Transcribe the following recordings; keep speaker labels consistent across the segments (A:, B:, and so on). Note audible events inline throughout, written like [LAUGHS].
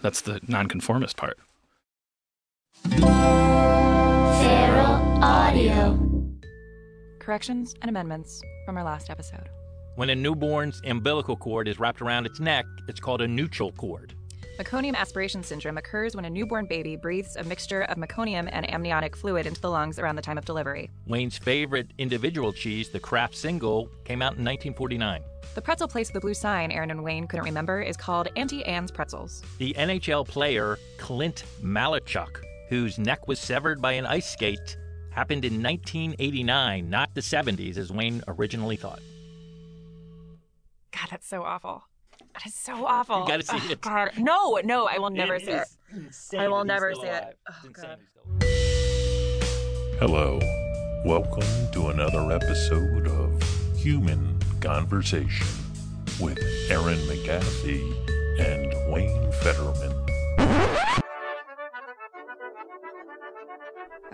A: That's the nonconformist part.
B: Feral Audio.
C: Corrections and amendments from our last episode.
D: When a newborn's umbilical cord is wrapped around its neck, it's called a neutral cord.
C: Meconium aspiration syndrome occurs when a newborn baby breathes a mixture of meconium and amniotic fluid into the lungs around the time of delivery.
D: Wayne's favorite individual cheese, the Kraft single, came out in 1949.
C: The pretzel place with the blue sign Aaron and Wayne couldn't remember is called Auntie Anne's Pretzels.
D: The NHL player Clint Malachuk, whose neck was severed by an ice skate, happened in 1989, not the 70s as Wayne originally thought.
C: God, that's so awful. That is so awful.
D: gotta see
C: Ugh,
D: it.
C: God. No, no, I will never see it. I will never see it. Oh, God.
E: Hello. Welcome to another episode of Human Conversation with Aaron McGathy and Wayne Fetterman.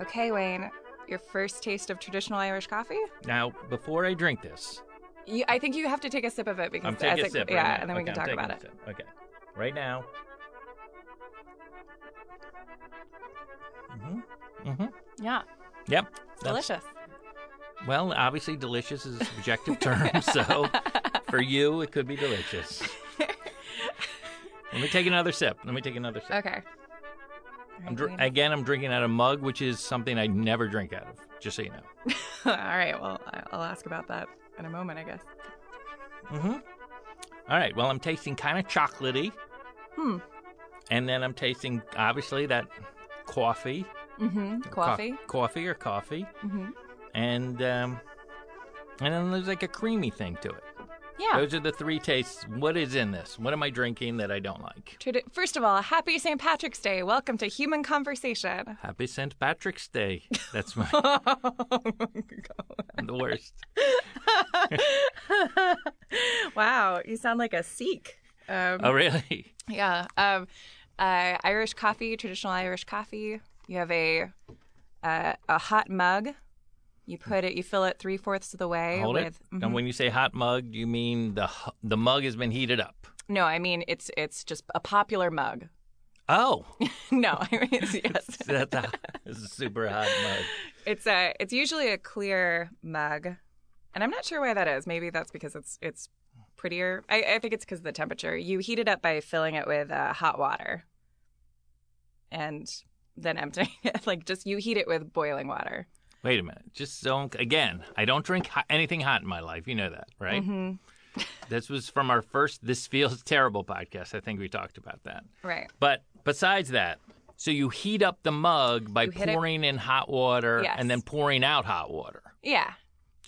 C: Okay, Wayne, your first taste of traditional Irish coffee?
D: Now, before I drink this,
C: You, I think you have to take a sip of it because
D: I'm taking
C: as
D: a sip.
C: yeah,
D: right now.
C: and then we can
D: Okay, I'm
C: talk
D: taking
C: about
D: a
C: it.
D: sip. Okay. Right now. hmm hmm
C: Yeah,
D: Yep. that's-
C: delicious.
D: Well, obviously, delicious is a subjective
C: [LAUGHS]
D: term, so for you, it could be delicious. Let me take another sip. Let me take another sip.
C: Okay.
D: I'm dr- again, I'm drinking out of a mug, which is something I never drink out of, just so you know.
C: [LAUGHS] All right. Well, I- I'll ask about that in a moment, I guess.
D: Mm-hmm. All right, well, I'm tasting kind of chocolatey,
C: Hmm.
D: and then I'm tasting, obviously, that coffee.
C: Mm-hmm.
D: Co-
C: Coffee.
D: coffee or coffee.
C: Mm-hmm.
D: And, um, and then there's like a creamy thing to it.
C: Yeah.
D: Those are the three tastes. What is in this? What am I drinking that I don't like?
C: Tradi- First of all, happy St. Patrick's Day. Welcome to Human [LAUGHS] Conversation.
D: Happy St. Patrick's Day.
C: [LAUGHS]
D: That's my [LAUGHS]
C: Oh
D: the worst.
C: [LAUGHS] wow, you sound like a Sikh. Um,
D: Oh, really?
C: Yeah. Um, uh, Irish coffee, traditional Irish coffee. You have a uh, a hot mug. You put it. You fill it three fourths of the way
D: Hold
C: with.
D: it.
C: Mhm.
D: And when you say hot mug, you mean the hu- the mug has been heated up.
C: No, I mean it's it's just a popular mug. [LAUGHS]
D: [LAUGHS] Oh,
C: no, I mean it's, yes.
D: that's a, [LAUGHS] this is a super hot mug.
C: It's a it's usually a clear mug, and I'm not sure why that is. Maybe that's because it's it's prettier. I, I think it's because of the temperature. You heat it up by filling it with uh, hot water, and then emptying [LAUGHS] it. Like just you heat it with boiling water.
D: Wait a minute. Just so again, I don't drink hot, anything hot in my life. You know that, right?
C: Mhm.
D: This was from our first "This Feels [LAUGHS] Terrible" podcast. I think we talked about that.
C: Right.
D: But besides that, so you heat up the mug by
C: You hit it-
D: pouring in hot water
C: Yes.
D: and then pouring out hot water.
C: Yeah.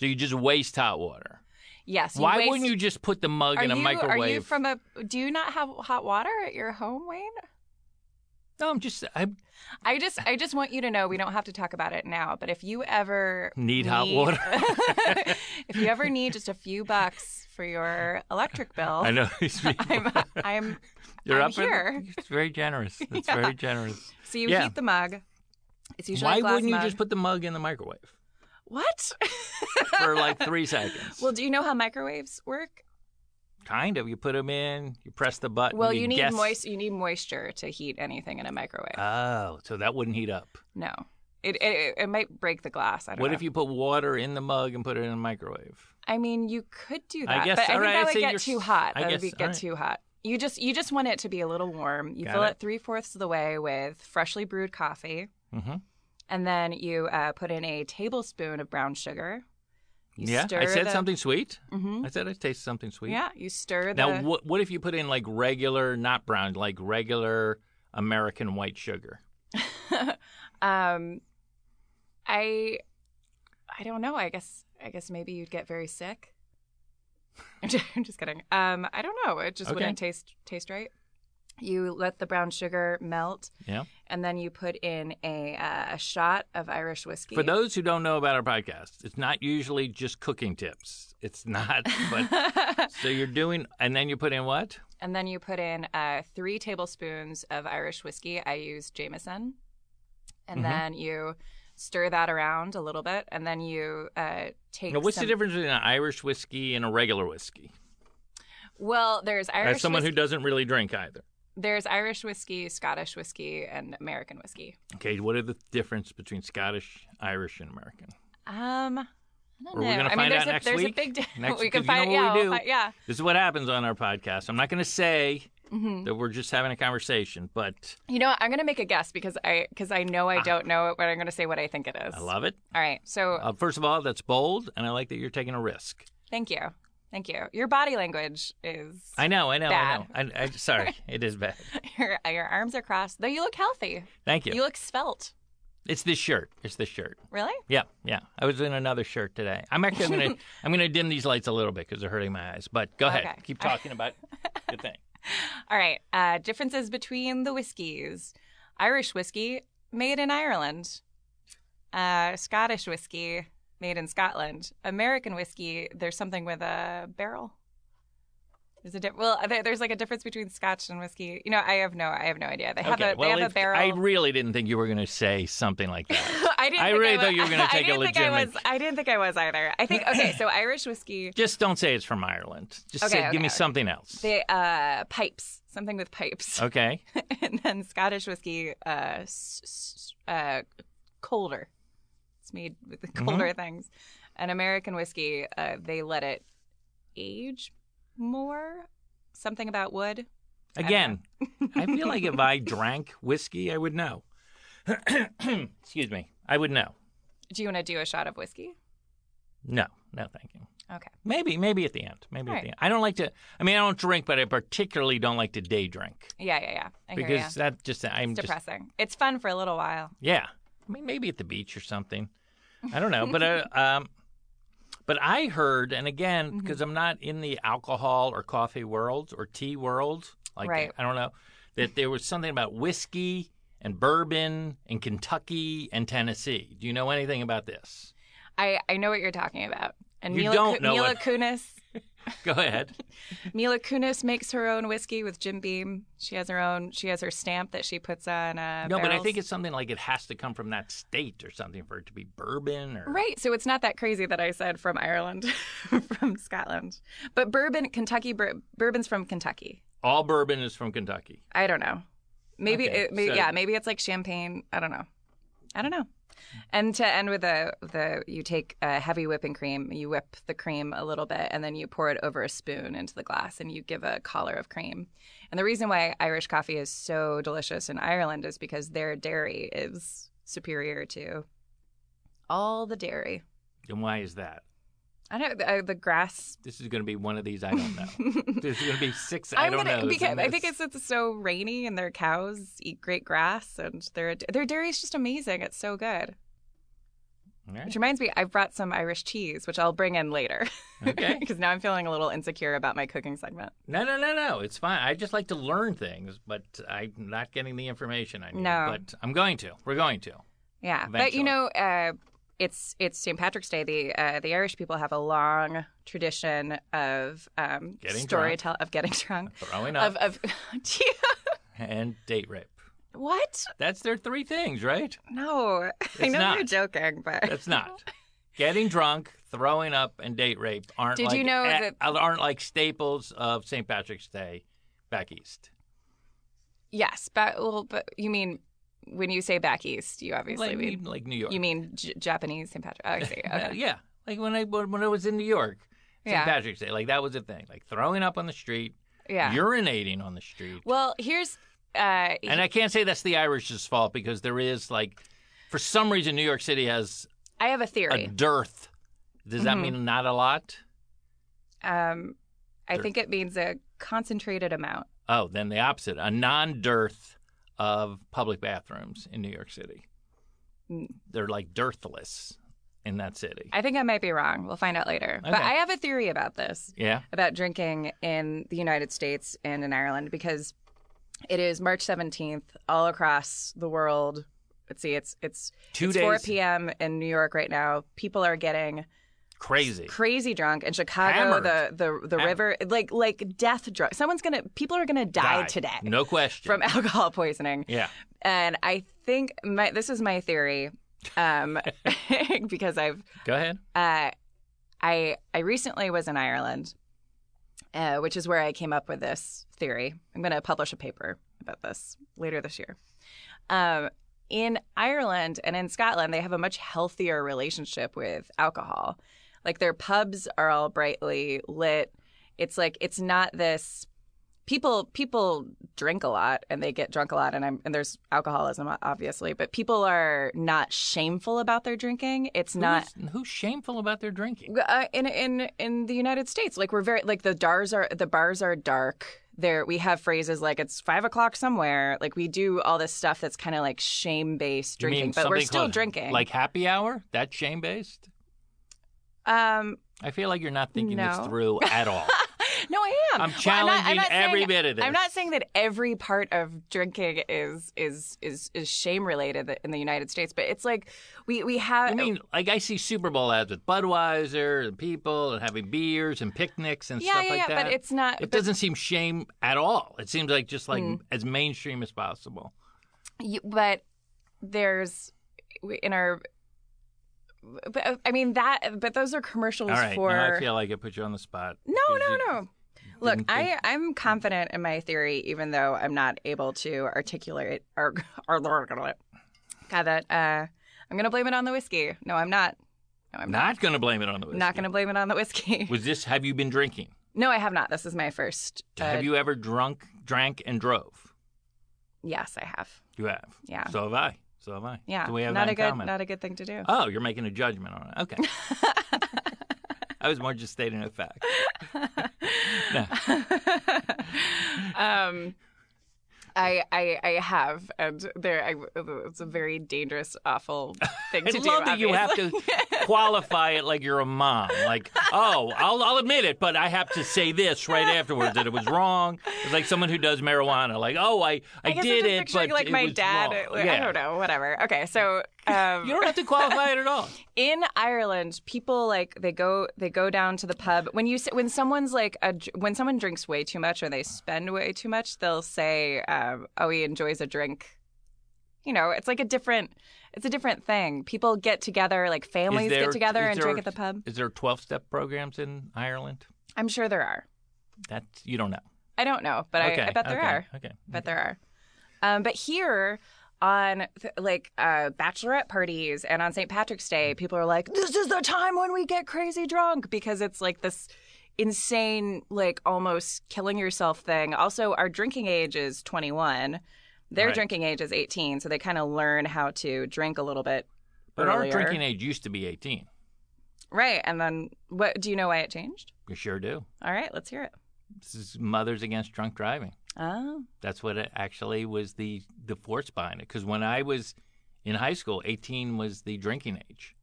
D: So you just waste hot water.
C: Yes.
D: Why wouldn't you just put the mug
C: Are
D: in a
C: you,
D: microwave?
C: Are you from a? Do you not have hot water at your home, Wayne?
D: No, I'm just I
C: I just I just want you to know we don't have to talk about it now, but if you ever
D: Need hot water.
C: [LAUGHS] if you ever need just a few bucks for your electric bill,
D: I know [LAUGHS] these people.
C: [LAUGHS] I'm I'm
D: You're
C: I'm
D: up in-
C: here.
D: [LAUGHS] It's very generous. It's
C: Yeah. [LAUGHS]
D: very generous.
C: so you
D: Yeah.
C: heat the mug. It's usually
D: Why
C: a glass
D: wouldn't
C: mug.
D: you just put the mug in the microwave
C: What?
D: [LAUGHS]
C: [LAUGHS]
D: for like three seconds?
C: Well, do you know how microwaves work?
D: kind of. You put them in. You press the button.
C: Well,
D: Uh, you,
C: you, need
D: guess-
C: moist you need moisture to heat anything in a microwave.
D: Oh, so that wouldn't heat up.
C: no. It, it it might break the glass. I don't
D: What
C: know.
D: if you put water in the mug and put it in the microwave?
C: I mean, you could do
D: I
C: that,
D: guess-
C: but I
D: all
C: think
D: right, I
C: that
D: see
C: would get
D: you're-
C: too hot.
D: I
C: That would
D: guess-
C: be,
D: all
C: get
D: right.
C: too hot. You just you just want it to be a little warm. You
D: Got
C: fill
D: it.
C: it, three fourths of the way with freshly brewed coffee,
D: Mm-hmm.
C: and then you uh, put in a tablespoon of brown sugar. You
D: yeah,
C: stir
D: I said
C: the-
D: something sweet.
C: hmm
D: I said I taste something sweet.
C: Yeah, you stir the.
D: Now, what what if you put in like regular, not brown, like regular American white sugar?
C: [LAUGHS] um, I, I don't know. I guess I guess maybe you'd get very sick. [LAUGHS] I'm just, I'm just kidding. Um, I don't know. It just
D: Okay.
C: wouldn't taste taste right. You let the brown sugar melt,
D: Yeah.
C: and then you put in a, uh, a shot of Irish whiskey.
D: For those who don't know about our podcast, it's not usually just cooking tips.
C: [LAUGHS]
D: It's not, but so you're doing, and then you put in what?
C: and then you put in uh, three tablespoons of Irish whiskey. I use Jameson, and
D: Mhm.
C: then you stir that around a little bit, and then you uh, take.
D: Now, what's
C: some-
D: the difference between an Irish whiskey and a regular whiskey?
C: Well, there's Irish.
D: As someone
C: whis-
D: who doesn't really drink either.
C: there's Irish whiskey, Scottish whiskey, and American whiskey.
D: Okay, what are the difference between Scottish, Irish, and American?
C: Um, I don't
D: Are we
C: know. I
D: gonna
C: mean,
D: find
C: there's
D: out
C: a,
D: next
C: there's
D: week?
C: a big di- [LAUGHS]
D: Next
C: we
D: week,
C: can
D: 'cause you
C: find.
D: know what
C: yeah,
D: we
C: we'll
D: do.
C: fi- yeah.
D: This is what happens on our podcast. I'm not going to say
C: hmm
D: that we're just having a conversation, but
C: You know, what? I'm gonna make a guess because I because I know I
D: Ah.
C: don't know it, but I'm gonna say what I think it is.
D: I love it.
C: All right, so
D: Uh, first of all, that's bold, and I like that you're taking a risk.
C: thank you, thank you. Your body language is
D: I know, I know,
C: Bad.
D: I know. I, I, sorry, it is bad.
C: [LAUGHS] your your arms are crossed. Though you look healthy,
D: Thank you.
C: you look svelte.
D: it's this shirt. It's this shirt.
C: Really?
D: Yeah, yeah. I was in another shirt today. I'm actually gonna
C: [LAUGHS]
D: I'm gonna dim these lights a little bit because they're hurting my eyes. But go ahead,
C: Okay.
D: keep
C: [LAUGHS]
D: talking about your thing.
C: All right. Uh, differences between the whiskeys: Irish whiskey made in Ireland, uh, Scottish whiskey made in Scotland, American whiskey. There's something with a barrel. There's a di- well, there, there's like a difference between Scotch and whiskey. You know, I have no, I have no idea. They [LAUGHS] have
D: okay.
C: a,
D: well,
C: they have
D: if-
C: a barrel.
D: I really didn't think you were gonna say something like that.
C: [LAUGHS] I didn't.
D: I
C: think
D: really
C: I was,
D: thought you were gonna
C: I
D: take a
C: didn't think I
D: legitimate-
C: was- I didn't think I was either. I think okay.
D: [CLEARS THROAT]
C: So Irish whiskey,
D: Just don't say it's from Ireland. Just
C: Okay,
D: say
C: okay,
D: give me
C: okay.
D: something else.
C: they uh, pipes, something with pipes, [LAUGHS]
D: Okay.
C: and then Scottish whiskey, uh, s- s- uh, colder. It's made with the
D: Mm-hmm.
C: colder things. And American whiskey, uh, they let it age more. Something about wood.
D: Again, I feel like
C: [LAUGHS]
D: if I drank whiskey, I would know. [CLEARS THROAT] Excuse me. I would know.
C: Do you want to do a shot of whiskey?
D: No, no, thank you.
C: Okay.
D: Maybe, maybe at the end. Maybe at
C: Right.
D: the end. I don't like to. I mean, I don't drink, but I particularly don't like to day drink
C: Yeah, yeah, yeah. I hear
D: because
C: you.
D: that just I'm
C: It's
D: just
C: depressing. It's fun for a little while.
D: yeah. I mean, maybe at the beach or something. I don't know,
C: [LAUGHS]
D: but uh, um, but I heard, and again,
C: Mm-hmm.
D: because I'm not in the alcohol or coffee world or tea world, like
C: Right.
D: I don't know, that there was something about whiskey and bourbon and Kentucky and Tennessee. Do you know anything about this?
C: I, I know what you're talking about. And
D: You
C: Mila,
D: don't
C: Ku-
D: know
C: Mila
D: what-
C: Kunis.
D: Go ahead.
C: Mila Kunis makes her own whiskey with Jim Beam. She has her own. She has her stamp [LAUGHS] that she puts on. Uh,
D: no, but I
C: barrels.
D: think it's something like it has to come from that state or something for it to be bourbon or
C: right. So it's not that crazy that I said from Ireland, [LAUGHS] from Scotland, but bourbon, Kentucky, bur- bourbon's from Kentucky.
D: All bourbon is from Kentucky.
C: I don't know. Maybe,
D: Okay,
C: it, may
D: so-
C: yeah. Maybe it's like champagne. I don't know. I don't know. And to end with a the you take a heavy whipping cream, you whip the cream a little bit, and then you pour it over a spoon into the glass, and you give a collar of cream. And the reason why Irish coffee is so delicious in Ireland is because their dairy is superior to all the dairy.
D: And why is that?
C: I don't uh, the grass.
D: This is going to be one of these I don't know.
C: [LAUGHS]
D: There's going to be six I
C: I'm
D: don't
C: gonna-
D: know.
C: Because I think it's it's so rainy and their cows eat great grass and their their dairy is just amazing. It's so good. Which reminds me, I've brought some Irish cheese, which I'll bring in later. [LAUGHS]
D: Okay.
C: Because now I'm feeling a little insecure about my cooking segment.
D: No, no, no, no. It's fine. I just like to learn things, but I'm not getting the information I need.
C: No.
D: But I'm going to. We're going to.
C: Yeah, but
D: Eventually.
C: you know, uh, it's it's St. Patrick's Day. The uh, the Irish people have a long tradition of um,
D: Getting
C: storytell of getting [LAUGHS] drunk.
D: Throwing up
C: Of, of [LAUGHS]
D: and date rape.
C: what?
D: That's their three things, right?
C: No, [LAUGHS] I
D: It's
C: know
D: not.
C: you're joking, but
D: That's not. Getting drunk, throwing up, and date rape aren't
C: Did
D: like
C: you know
D: eh,
C: that-
D: aren't like staples of St. Patrick's Day back east.
C: yes, but well, but you mean when you say back east, you obviously
D: Like,
C: mean
D: like New York.
C: you mean J- Japanese St. Patrick. Oh, I
D: [LAUGHS]
C: see.
D: Uh,
C: Okay.
D: yeah, like when I when when I was in New York, St.
C: Yeah.
D: Patrick's Day, like that was a thing. Like throwing up on the street,
C: yeah.
D: urinating on the street.
C: Well, here's uh,
D: and I can't say that's the Irish's fault because there is like, for some reason, New York City has
C: I have a
D: a
C: theory.
D: dearth. Does that
C: Mhm.
D: mean not a lot?
C: Um, I
D: There-
C: think it means a concentrated amount.
D: Oh, then the opposite, a non-dearth of public bathrooms in New York City.
C: Mm.
D: They're like dearthless in that city.
C: I think I might be wrong. We'll find out later. But
D: Okay.
C: I have a theory about this,
D: yeah.
C: about drinking in the United States and in Ireland, because It is March 17th all across the world. Let's see, it's it's,
D: Two
C: it's
D: days.
C: 4 p.m. in New York right now. People are getting
D: Crazy.
C: crazy drunk in Chicago.
D: Hammered.
C: The the the
D: Hammered.
C: river, like like death drunk. Someone's gonna. People are gonna die,
D: Died.
C: today
D: No question.
C: from alcohol poisoning.
D: yeah.
C: And I think my this is my theory, um, [LAUGHS] because I've
D: Go ahead.
C: uh, I I recently was in Ireland, uh, which is where I came up with this theory. I'm going to publish a paper about this later this year. Um, in Ireland and in Scotland, they have a much healthier relationship with alcohol. Like their pubs are all brightly lit. It's like it's not this. People people drink a lot and they get drunk a lot and I'm and there's alcoholism obviously, but people are not shameful about their drinking. It's
D: Mhm.
C: not
D: Who's, who's shameful about their drinking?
C: uh, in in in the United States, like we're very like the bars are the bars are dark. There we have phrases like it's five o'clock somewhere. Like we do all this stuff that's kind of like shame based
D: You mean
C: drinking, but we're
D: something
C: still
D: called,
C: drinking.
D: Like happy hour? That's shame based?
C: um,
D: I feel like you're not thinking
C: No.
D: this through
C: [LAUGHS]
D: at all.
C: no, I am.
D: I'm challenging every bit of this.
C: I'm not saying that every part of drinking is is is is shame related in the United States, but it's like we we have.
D: I mean, like I see Super Bowl ads with Budweiser and people and having beers and picnics and
C: yeah,
D: stuff
C: yeah,
D: like
C: yeah,
D: that.
C: but it's not. but
D: it
C: Mm.
D: doesn't seem shame at all. It seems like just like as mainstream as possible.
C: You, but there's in our. But, uh, I mean that, but those are commercials
D: All right,
C: for.
D: now I feel like I put you on the spot.
C: no,
D: Because
C: no,
D: you-
C: no. Look,
D: didn't
C: I, I'm confident in my theory, even though I'm not able to articulate [LAUGHS] or or God, that uh, I'm gonna blame it on the whiskey. No, I'm not. No, I'm
D: I'm
C: not.
D: not going to blame it on the
C: I'm
D: whiskey.
C: not gonna blame it on the
D: [LAUGHS]
C: whiskey.
D: Was this? Have you been drinking?
C: no, I have not. This is my first. uh,
D: have you ever drunk, drank, and drove?
C: Yes, I have.
D: You have.
C: Yeah.
D: So have I. So have I.
C: Yeah,
D: So we have
C: not
D: that
C: a
D: in
C: good,
D: common.
C: not a good thing to do.
D: Oh, you're making a judgment on it. Okay. Uh,
C: [LAUGHS]
D: I was more just stating a fact. [LAUGHS]
C: [LAUGHS] um, I, I I have, and there I, it's a very dangerous,
D: [LAUGHS]
C: awful thing
D: I
C: to do.
D: love that you have
C: obviously.
D: to
C: [LAUGHS]
D: qualify it like you're a mom. Like, oh, I'll, I'll admit it, but I have to say this right afterwards that it was wrong. It's like someone who does marijuana. Like, oh, I, I,
C: I guess I'm
D: did
C: just
D: it,
C: picturing
D: but
C: like
D: it
C: my
D: was
C: dad.
D: wrong.
C: I
D: Yeah.
C: don't know, whatever. Okay,
D: [LAUGHS]
C: so um,
D: You don't have to qualify it
C: [LAUGHS]
D: at all.
C: in Ireland, people like they go they go down to the pub when you s- when someone's like a dr- when someone drinks way too much or they spend way too much, they'll say, um, "Oh, he enjoys a drink." You know, it's like a different it's a different thing. People get together, like families
D: Is there-
C: get together
D: is
C: and drink
D: there-
C: at the pub.
D: Is there 12 step programs in Ireland?
C: I'm sure there are.
D: That's, you don't know.
C: I don't know, but
D: okay.
C: I, I bet there
D: okay,
C: are.
D: Okay.
C: but there are. Um, but here on th- like uh, bachelorette parties and on St. Patrick's Day,
D: Mm.
C: people are like, "This is the time when we get crazy drunk" because it's like this insane, like almost killing yourself thing. Also, our drinking age is 21. Their
D: Right.
C: drinking age is 18, so they kind of learn how to drink a little bit.
D: But our
C: earlier.
D: drinking age used to be 18.
C: right? And then, what do you know why it changed?
D: We sure do.
C: All right, let's hear it.
D: This is Mothers Against Drunk Driving.
C: Oh,
D: That's what it actually was the the force behind it. Because when I was in high school, eighteen was the drinking age,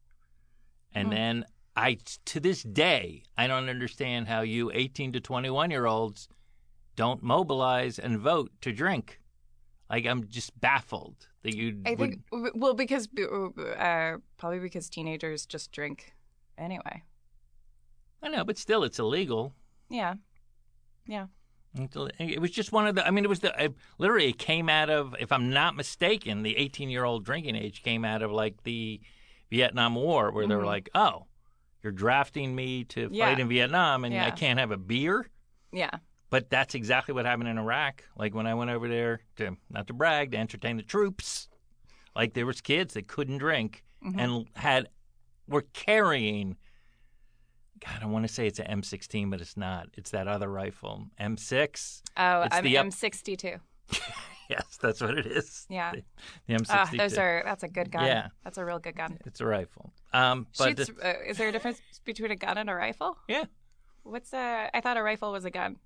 D: and
C: Hmm.
D: then I to this day I don't understand how you eighteen to twenty one year olds don't mobilize and vote to drink. Like I'm just baffled that you
C: I
D: would,
C: think well because uh, probably because teenagers just drink anyway.
D: I know, but still it's illegal.
C: Yeah. Yeah.
D: It's ill- It was just one of the. I mean, it was the. I, literally, it came out of. If I'm not mistaken, the 18 year old drinking age came out of like the Vietnam War, where they were
C: Mhm.
D: like, "Oh, you're drafting me to
C: Yeah.
D: fight in Vietnam, and I
C: Yeah.
D: can't have a beer."
C: Yeah.
D: But that's exactly what happened in Iraq. Like when I went over there to not to brag to entertain the troops, like there was kids that couldn't drink
C: Mm-hmm.
D: and had were carrying. God, I want to say it's an M16, but it's not. It's that other rifle, M6.
C: Oh,
D: It's
C: I'm,
D: the up-
C: I'm 62.
D: [LAUGHS] Yes, that's what it is.
C: Yeah.
D: The, the M62.
C: Ah, those are that's a good gun.
D: Yeah.
C: That's a real good gun.
D: It's a rifle. Um, but
C: Shoots, uh, is there a difference between a gun and a rifle?
D: yeah,
C: What's a I thought a rifle was a gun.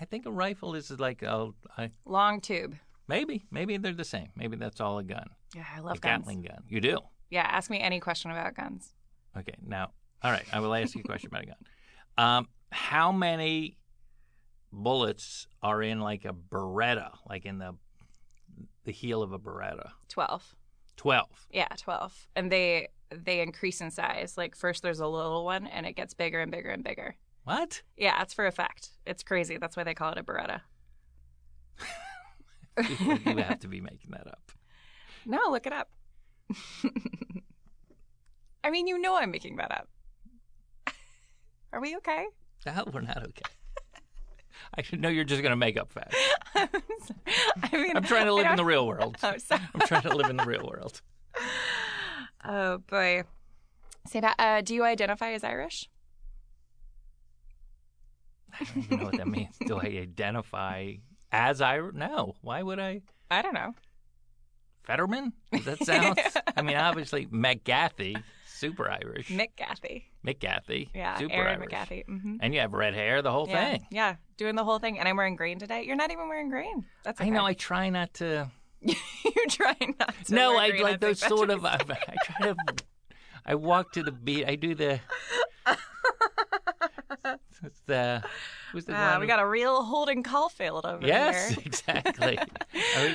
D: I think a rifle is like a I,
C: Long tube.
D: maybe maybe they're the same. Maybe that's all a gun.
C: Yeah, I
D: a
C: love guns.
D: Gatling gun. You do.
C: Yeah, ask me any question about guns.
D: Okay. Now, all right. I will ask you a question about a gun. Um, how many bullets are in like a Beretta, like in the the heel of a Beretta.
C: 12.
D: Twelve.
C: Yeah, 12. And they they increase in size. Like first there's a little one and it gets bigger and bigger and bigger.
D: What? [LAUGHS]
C: Yeah, it's for effect. It's crazy. That's why they call it a Beretta.
D: you you have to be making that up.
C: No, look it up. [LAUGHS] I mean, you know I'm making that up. [LAUGHS] Are we okay? [LAUGHS]
D: No, we're not okay. I should know you're just gonna make
C: [LAUGHS]
D: up facts.
C: I'm sorry. I mean,
D: I'm trying to
C: I
D: live in
C: don't-
D: the real world.
C: [LAUGHS] Oh, sorry.
D: I'm trying to live in the real world.
C: Oh boy. Say that. Uh, do you identify as Irish?
D: [LAUGHS] I don't even know what that means. Do I identify as I? No. Why would I?
C: I don't know.
D: Fetterman? Does
C: [LAUGHS]
D: that sound? I mean, obviously McGathy, super Irish.
C: Mick Gathy.
D: McGathy,
C: Yeah,
D: super
C: Aaron
D: Irish.
C: McGathy. hmm
D: And you have red hair, the whole
C: yeah.
D: thing.
C: Yeah, doing the whole thing, and I'm wearing green today. You're not even wearing green. That's okay.
D: I know. I try not to.
C: [LAUGHS] You're trying not to.
D: no,
C: wear
D: I
C: green
D: like
C: on [LAUGHS]
D: those
C: St.
D: sort of.
C: Patrick's
D: I, [LAUGHS] I try to. I walk to the beat. I
C: [LAUGHS]
D: do the. it's the. Who's the
C: Day.
D: one?
C: Ah, we got a real Holden Caulfield over
D: Yes,
C: here.
D: [LAUGHS] exactly. I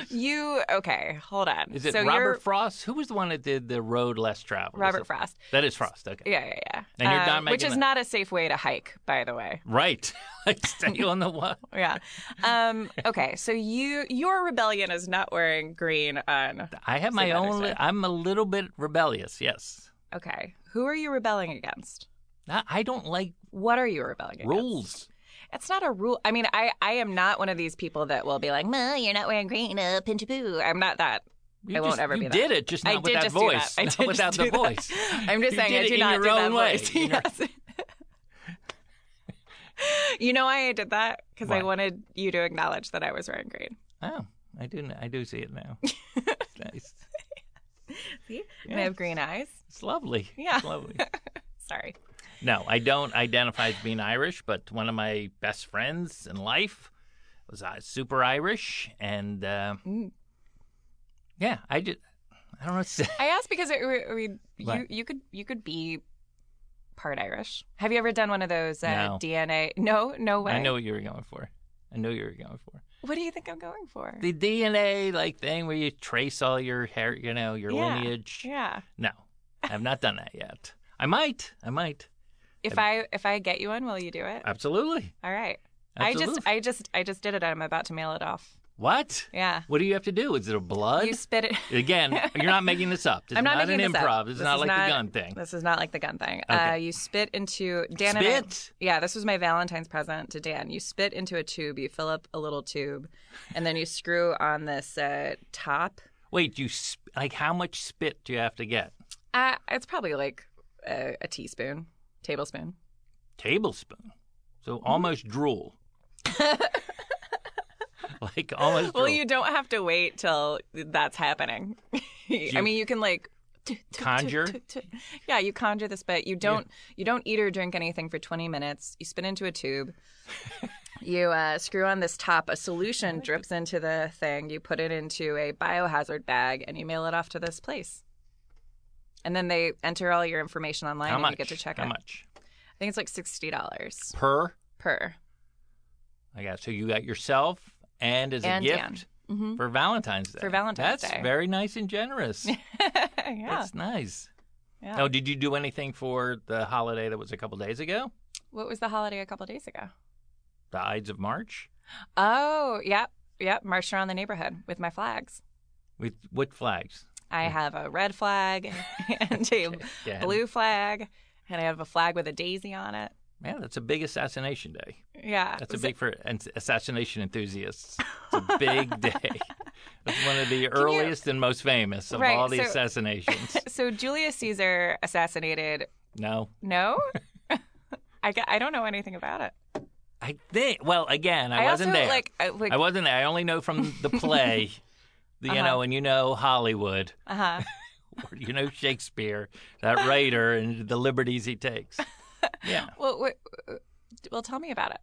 C: [LAUGHS]
D: was-
C: You okay? Hold on.
D: is it
C: so
D: Robert
C: you're
D: Frost? Who was the one that did the road less traveled? Is
C: Robert
D: it-
C: Frost?
D: That is Frost. Okay.
C: Yeah, yeah, yeah. Uh,
D: And you're not
C: which
D: making
C: is
D: that-
C: not a safe way to hike, by the way.
D: Right. [LAUGHS] Like stay on the wall.
C: Yeah. Um,
D: [LAUGHS]
C: okay. So you your rebellion is not wearing green on.
D: I have
C: See
D: my
C: that next
D: own. li-
C: time.
D: I'm a little bit rebellious. Yes.
C: Okay. Who are you rebelling against?
D: I I don't like
C: What are you rebelling against?
D: rules.
C: It's not a rule. I mean, I I am not one of these people that will be like, "No, you're not wearing green, uh, pinch a boo." I'm not that.
D: You
C: I won't
D: just-
C: ever
D: you
C: be that.
D: did it, just not
C: I
D: with
C: did
D: that
C: just do
D: voice.
C: that.
D: [LAUGHS]
C: I
D: Not
C: did just
D: without the
C: do that.
D: voice.
C: [LAUGHS] I'm just
D: You
C: saying,
D: did
C: I
D: it
C: do
D: in
C: not
D: your
C: do that
D: own way. [LAUGHS]
C: voice.
D: In your-
C: Yes. you know why I did that? Because I
D: Why?
C: wanted you to acknowledge that I was wearing green.
D: Oh, I do. kn- I do see
C: [LAUGHS]
D: it now. it's nice.
C: See, And I have green eyes.
D: It's lovely.
C: Yeah.
D: It's lovely.
C: Sorry.
D: No, I don't identify as being Irish, but one of my best friends in life was uh, super Irish, and uh,
C: Mm.
D: yeah, I just I don't know. What to say.
C: I asked because it, I mean, you
D: What?
C: you could you could be part Irish. Have you ever done one of those uh,
D: No.
C: DNA? No, no way.
D: I know what you were going for. I know you were going for.
C: What do you think I'm going for?
D: the DNA like thing where you trace all your hair, you know, your
C: Yeah.
D: lineage.
C: yeah.
D: No, I've not done that yet. I might. I might.
C: If I if I get you one, will you do it?
D: Absolutely.
C: All right.
D: Absolutely.
C: I just I just I just did it. I'm about to mail it off.
D: what?
C: Yeah.
D: What do you have to do? Is it a blood?
C: You spit it. [LAUGHS]
D: Again, you're not making this up. This
C: I'm
D: is
C: not
D: not
C: making
D: an
C: this up.
D: improv. This,
C: This
D: is not
C: is
D: like
C: not-
D: the gun thing.
C: This is not like the gun thing. Uh,
D: Okay.
C: you spit into Dan. and I-
D: Spit?
C: yeah, this was my Valentine's present to Dan. You spit into a tube. You fill up a little tube, and then you screw on this uh, top.
D: Wait, you sp- like how much spit do you have to get?
C: Uh, it's probably like a, a teaspoon, tablespoon.
D: Tablespoon. So almost
C: [LAUGHS]
D: drool. like almost drool.
C: Well, you don't have to wait till that's happening. [LAUGHS] I mean, you can like
D: Conjure?
C: Yeah, you conjure the spit. You don't you don't eat or drink anything for 20 minutes. You spit into a
D: [LAUGHS]
C: tube. you uh, screw on this top. A
D: Oh
C: solution drips into the thing. You put it into a biohazard bag and you mail it off to this place. And then they enter all your information online
D: how
C: and
D: much?
C: you get to check
D: how
C: out.
D: much?
C: I think it's like sixty dollars
D: Per?
C: per.
D: I got so you got yourself and as
C: And
D: a gift
C: Dan. Mhm.
D: for Valentine's Day.
C: For Valentine's
D: That's
C: Day.
D: very nice and generous.
C: [LAUGHS] yeah.
D: That's nice.
C: yeah.
D: Now, did you do anything for the holiday that was a couple days ago?
C: What was the holiday a couple days ago?
D: The Ides of March?
C: Oh, yep. Yep. Marched around the neighborhood with my flags.
D: With what flags?
C: I have a red flag [LAUGHS] and a
D: Dan.
C: blue flag, and I have a flag with a daisy on it.
D: Yeah, that's a big assassination day.
C: Yeah.
D: That's a
C: Was
D: big
C: it-
D: for an- assassination enthusists. It's a
C: [LAUGHS]
D: big day. It's one of the earliest and most famous of
C: Right,
D: all the
C: so- [LAUGHS]
D: assassinations.
C: [LAUGHS] So Julius Caesar assassinated.
D: no.
C: No? [LAUGHS] I, ca- I don't know anything about it.
D: I think. Well, again, I, wasn't
C: also,
D: there.
C: Like, I, like,
D: I wasn't there. I only know from
C: [LAUGHS]
D: the play, you know, and you know Hollywood, [LAUGHS]
C: uh-huh.
D: or you know Shakespeare, that writer and the liberties
C: [LAUGHS]
D: he takes. Yeah.
C: well, wait, uh, well, tell me about it.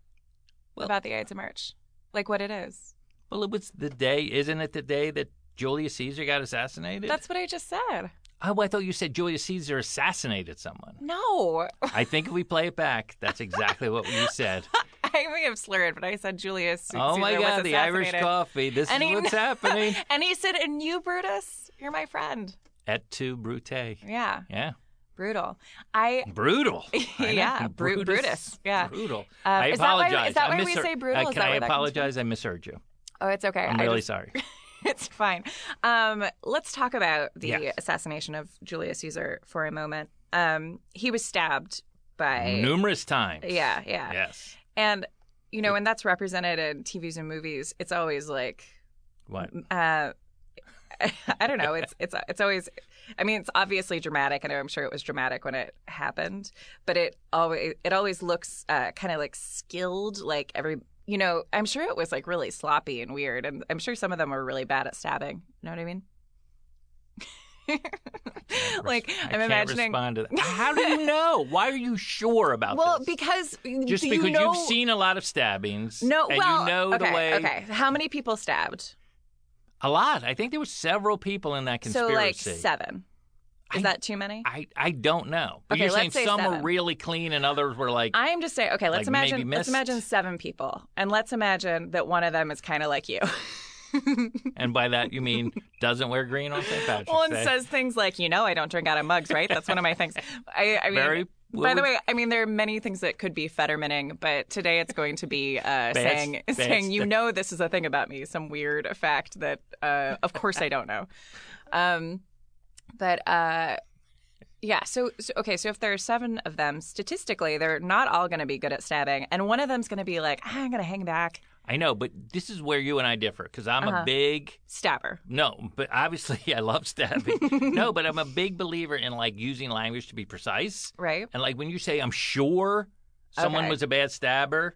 D: Well-
C: about the Ides of March. Like what it is.
D: Well, it was the day, isn't it? The day that Julius Caesar got assassinated.
C: That's what I just said.
D: Oh, I thought you said Julius Caesar assassinated someone.
C: No. [LAUGHS]
D: I think if we play it back, that's exactly what you said.
C: I may have slurred, but I said Julius. Caesar
D: oh my
C: was
D: God, the Irish
C: assassinated.
D: coffee. This
C: And
D: is
C: he- [LAUGHS]
D: what's happening.
C: and he said, "And you, Brutus, you're my friend."
D: Et tu, Brute?
C: Yeah,
D: Yeah.
C: brutal. I
D: Brutal. I
C: [LAUGHS]
D: know.
C: Yeah, Bru- Brutus. Yeah.
D: Brutal.
C: Uh,
D: I
C: is that why-
D: apologize.
C: is that
D: I
C: why we
D: misheard-
C: say brutal?
D: uh,
C: Is
D: can
C: that
D: I
C: where that comes
D: apologize? I misheard you.
C: oh, it's okay.
D: I'm
C: I
D: really
C: just- [LAUGHS]
D: sorry.
C: it's fine. Um, let's talk about the
D: Yes.
C: assassination of Julius Caesar for a moment. Um, he was stabbed by
D: Numerous times.
C: Yeah, yeah.
D: Yes.
C: and you know, when that's represented in TVs and movies, it's always like
D: What?
C: uh, [LAUGHS] I don't know. It's it's it's always. I mean, it's obviously dramatic, and I'm sure it was dramatic when it happened. But it always it always looks uh, kind of like skilled, like every you know. I'm sure it was like really sloppy and weird, and I'm sure some of them were really bad at stabbing. You know what I mean? [LAUGHS] like
D: I
C: I'm
D: can't
C: imagining.
D: Respond to
C: [LAUGHS]
D: that. How do you know? Why are you sure about
C: Well,
D: this?
C: because
D: just
C: you
D: because
C: know,
D: have seen a lot of stabbings.
C: no,
D: and
C: well,
D: you know
C: okay,
D: the way
C: okay. How many people stabbed?
D: a lot. I think there were several people in that conspiracy.
C: So like seven. Is
D: I-
C: that too many?
D: I, I don't know. But
C: Okay,
D: you're
C: let's say
D: saying some were
C: seven.
D: really clean and others were like
C: I am just saying. Okay, let's
D: Like, maybe
C: imagine. Let's
D: missed.
C: imagine seven people, and let's imagine that one of them is kind of like you.
D: and by that you mean [LAUGHS] doesn't wear green on
C: [LAUGHS]
D: St. Patrick's
C: one
D: Day.
C: says things like, "You know, I don't drink out of mugs, right?" That's one of my things. I, I mean,
D: Very
C: by the
D: well-
C: way, I mean there are many things that could be fettermining, but today it's going to be uh, saying
D: bad
C: saying you
D: stuff.
C: know this is a thing about me, some weird fact that uh, of course I don't know. Um, but uh, yeah, so, so okay, so if there are seven of them, statistically they're not all going to be good at stabbing, and one of them's going to be like, "Ah, I'm going to hang back,
D: I know, but this is where you and I differ because I'm
C: Uh-huh.
D: a big
C: stabber.
D: no, but obviously [LAUGHS] I
C: [LAUGHS]
D: love stabbing. no, but I'm a big believer in like using language to be precise.
C: Right?
D: And like when you say I'm sure someone
C: Okay.
D: was a bad stabber,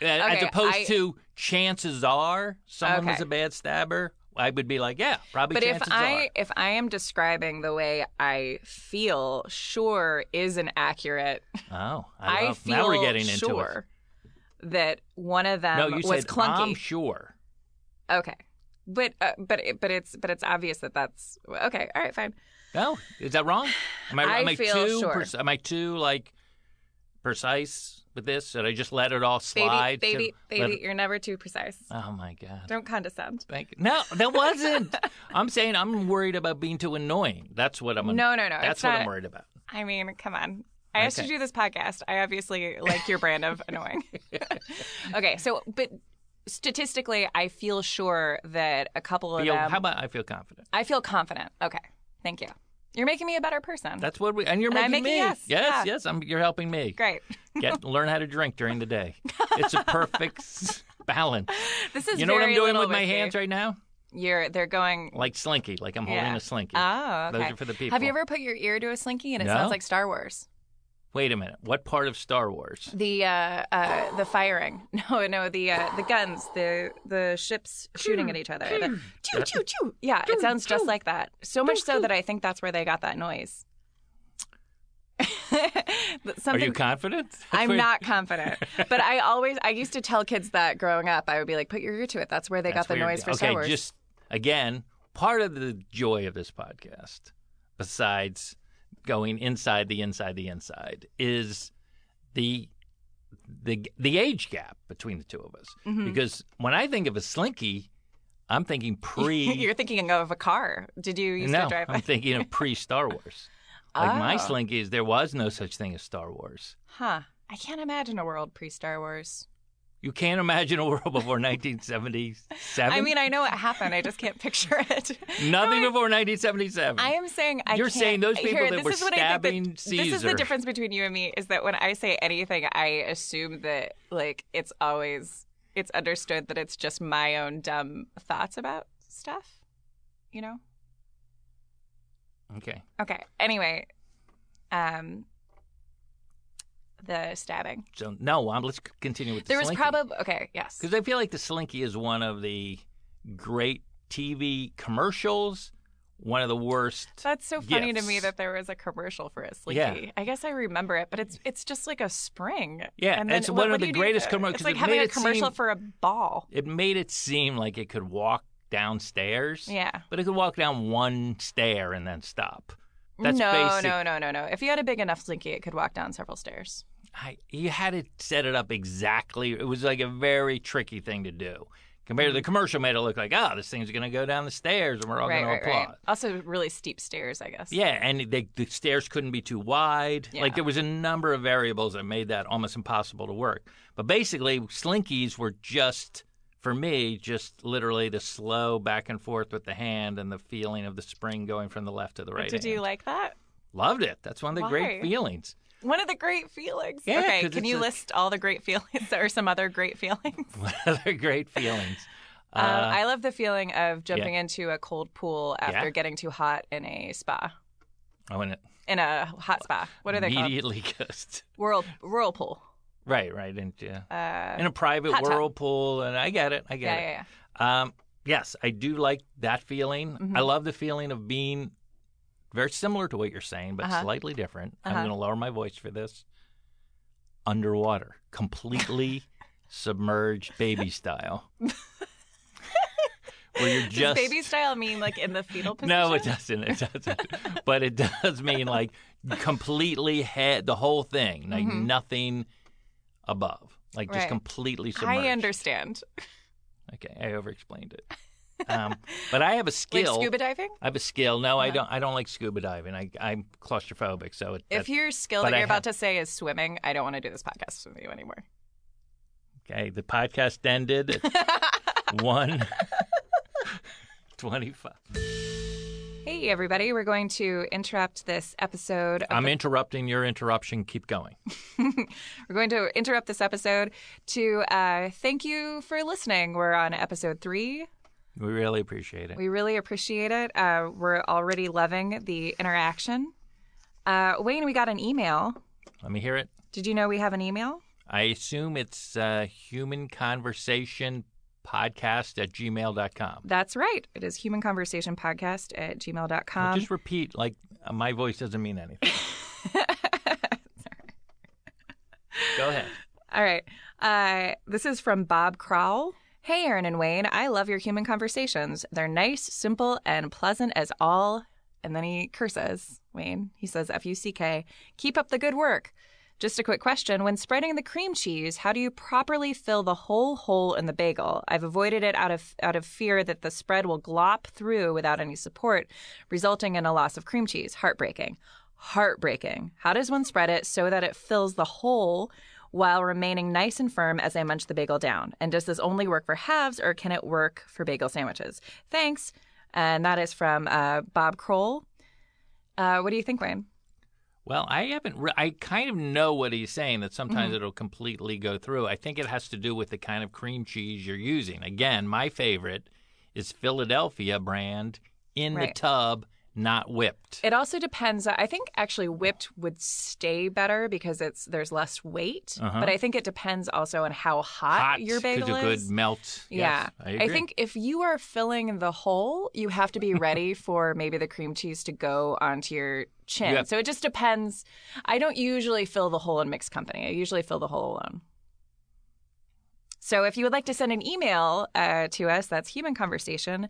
D: uh, as
C: Okay,
D: opposed
C: I-
D: to chances are someone was
C: Okay.
D: a bad stabber, I would be like, yeah, probably
C: But if
D: chances
C: I
D: are.
C: if I am describing the way I feel, sure is an accurate.
D: Oh, I,
C: I,
D: love,
C: feel
D: now we're getting into
C: sure that one of
D: it.
C: them
D: No, you
C: was
D: said I'm
C: clunky.
D: sure.
C: okay, but uh, but it, but it's but it's obvious that that's okay. All right, fine.
D: No, is that wrong? Am I,
C: I
D: am I
C: feel
D: too
C: sure.
D: pers- am I too like precise with this? Should I just let it all slide?
C: baby, baby,
D: to- let
C: baby,
D: it-
C: you're never too precise.
D: oh my god.
C: Don't condescend.
D: Thank you. No,
C: [LAUGHS]
D: that wasn't. I'm saying I'm worried about being too annoying. That's what I'm.
C: No, no, no.
D: That's
C: it's
D: what
C: not,
D: I'm worried about.
C: I mean, come on. I asked you
D: Okay.
C: to do this podcast. I obviously like your brand of
D: [LAUGHS]
C: annoying. okay, so but statistically, I feel sure that a couple of
D: Feel-
C: them.
D: how about I feel confident?
C: I feel confident. Okay, thank you. You're making me a better person.
D: That's what we. And you're
C: And I'm
D: making me.
C: making yes.
D: yes,
C: Yeah.
D: yes, I'm, you're helping
C: [LAUGHS]
D: me.
C: great.
D: Get learn how to drink during the day. It's
C: [LAUGHS]
D: a perfect s- balance.
C: This is
D: you know what I'm
C: very
D: doing
C: little
D: with my
C: you.
D: hands right now?
C: You're they're going.
D: Like slinky. Like I'm holding
C: Yeah.
D: a slinky.
C: Oh, okay.
D: Those are for the people.
C: Have you ever put your ear to a slinky and it
D: No.
C: sounds like Star Wars?
D: Wait a minute. What part of Star Wars?
C: The uh, uh, the firing. [LAUGHS] No, no, the uh, the guns. The the ships shooting at each other.
D: Hmm.
C: The, choo choo choo. Yeah, it sounds just like that. So much so that I think that's where they got that noise. [LAUGHS]
D: Are you
C: Something
D: confident? [LAUGHS]
C: I'm not confident, but I always I used to tell kids that growing up. I would be like, "Put your ear to it." That's where they
D: That's
C: got the
D: weird.
C: noise for
D: okay,
C: Star Wars.
D: just again, part of the joy of this podcast, besides going inside the inside the inside, is the the the age gap between the two of us.
C: Hmm. Mm-hmm.
D: Because when I think of a slinky,
C: [LAUGHS]
D: I'm thinking pre.
C: You're thinking of a car. Did you used
D: no,
C: to drive?
D: I'm
C: a-
D: thinking of pre Star Wars. Like my
C: Oh.
D: slinky is there was no such thing as Star Wars.
C: Huh. I can't imagine a world pre Star Wars.
D: You can't imagine a
C: [LAUGHS]
D: world before 1977.
C: I mean, I know it happened. I just can't [LAUGHS] picture it.
D: [LAUGHS] nothing
C: No, I-
D: before 1977.
C: I am saying I
D: You're
C: can't-
D: saying those people
C: here,
D: that
C: this
D: were
C: is what I think
D: stabbing
C: that, This is the
D: Caesar.
C: difference between you and me is that when I say anything, I assume that like it's always it's understood that it's just my own dumb thoughts about stuff. You know?
D: okay.
C: Okay. Anyway, um, the stabbing.
D: So no, um, let's c- continue with the
C: There was
D: Slinky.
C: probably okay. Yes.
D: because I feel like the Slinky is one of the great TV commercials, one of the worst.
C: That's so funny to me
D: Yes.
C: that there was a commercial for a Slinky.
D: Yeah.
C: I guess I remember it, but it's it's just like a spring.
D: Yeah,
C: and then,
D: it's
C: what-
D: one
C: what
D: of
C: do
D: the
C: you do?
D: greatest commer-
C: It's
D: 'cause
C: like
D: it
C: having
D: made
C: a
D: it
C: commercial
D: seem-
C: for a ball.
D: it made it seem like it could walk downstairs.
C: Yeah.
D: but it could walk down one stair and then stop. That's
C: no,
D: basic.
C: no, no, no, no. If you had a big enough Slinky, it could walk down several stairs.
D: I, you had to set it up exactly. It was like a very tricky thing to do. Compared to the commercial, made it look like, oh, this thing's going to go down the stairs and we're all
C: Mm-hmm. right,
D: going
C: right,
D: to applaud.
C: right. Also, really steep stairs, I guess.
D: Yeah, and they, the stairs couldn't be too wide.
C: Yeah.
D: Like there was a number of variables that made that almost impossible to work. But basically, slinkies were just for me just literally the slow back and forth with the hand and the feeling of the spring going from the left to the right.
C: Did you
D: hand.
C: like that?
D: Loved it. That's one of the great
C: Why?
D: feelings. [LAUGHS]
C: One of the great feelings.
D: Yeah,
C: okay,
D: 'cause
C: can
D: it's
C: you
D: a-
C: list all the great feelings [LAUGHS] or some other great feelings?
D: One of the great feelings. Uh,
C: Um, I love the feeling of jumping into a cold pool after
D: Yeah.
C: getting too hot in a spa,
D: I went
C: in a hot spa. [LAUGHS] What are they called?
D: immediately [LAUGHS] goes.
C: Whirl, whirlpool.
D: Right, right, and yeah,
C: Uh,
D: in a private
C: hot tub.
D: whirlpool, and I get it. I get
C: yeah,
D: it.
C: yeah, yeah.
D: Um, yes, I do like that feeling.
C: Mhm.
D: I love the feeling of being very similar to what you're saying, but
C: Uh-huh.
D: slightly different.
C: Uh-huh.
D: I'm going to lower my voice for this. Underwater,
C: [LAUGHS]
D: completely submerged, baby style. Where you're
C: Does
D: just
C: baby style mean like in the fetal position?
D: [LAUGHS] no, it doesn't. It
C: [LAUGHS]
D: doesn't. but it does mean like completely head the whole thing, like
C: Mhm.
D: nothing above, like just
C: Right.
D: completely submerged.
C: I understand.
D: Okay, I overexplained it. Um, but I have
C: [LAUGHS]
D: a
C: Like
D: skill.
C: scuba diving?
D: I have a skill. No, I
C: Uh-huh.
D: don't. I don't like scuba diving. I, I'm claustrophobic, so it,
C: If
D: that-
C: your skill
D: but
C: that
D: I
C: you're about to
D: have-
C: say is swimming, I don't want to do this podcast with you anymore.
D: okay. The podcast ended
C: [LAUGHS]
D: at one [LAUGHS] twenty-five.
C: Hey, everybody. We're going to interrupt this episode. Of
D: I'm
C: the-
D: interrupting your interruption. Keep going.
C: [LAUGHS] We're going to interrupt this episode to uh, thank you for listening. We're on episode three.
D: We really appreciate it.
C: We really appreciate it. Uh, we're already loving the interaction. Uh, Wayne, we got an email.
D: Let me hear it.
C: Did you know we have an email?
D: I assume it's uh, human conversation podcast at gmail.com.
C: That's right. It is human conversation podcast at
D: Well,
C: gmail.com.
D: just repeat, like, uh, my voice doesn't mean anything. Go ahead.
C: All right. Uh, this is from Bob Crowell. Hey, Aaron and Wayne. I love your human conversations. They're nice, simple, and pleasant as all. And then he curses Wayne. He says F U C K. Keep up the good work. Just a quick question. When spreading the cream cheese, how do you properly fill the whole hole in the bagel? I've avoided it out of out of fear that the spread will glop through without any support, resulting in a loss of cream cheese. Heartbreaking. Heartbreaking. How does one spread it so that it fills the hole while remaining nice and firm as I munch the bagel down? And does this only work for halves or can it work for bagel sandwiches? Thanks. And that is from uh, Bob Kroll. Uh, what do you think, Wayne?
D: Well, I haven't. Re- I kind of know what he's saying. That
C: Mm-hmm.
D: sometimes it'll completely go through. I think it has to do with the kind of cream cheese you're using. Again, my favorite is Philadelphia brand in the
C: Right.
D: tub, not whipped.
C: It also depends. I think actually whipped would stay better because it's there's less weight.
D: Uh-huh.
C: But I think it depends also on how hot,
D: Hot
C: your bagel
D: a
C: is.
D: good melt.
C: yeah,
D: Yes, I, agree.
C: think if you are filling the hole, you have
D: [LAUGHS]
C: to be ready for maybe the cream cheese to go onto your chin.
D: Yep.
C: So it just depends. I don't usually fill the hole in mixed company. I usually fill the hole alone. So if you would like to send an email uh, to us, that's human conversation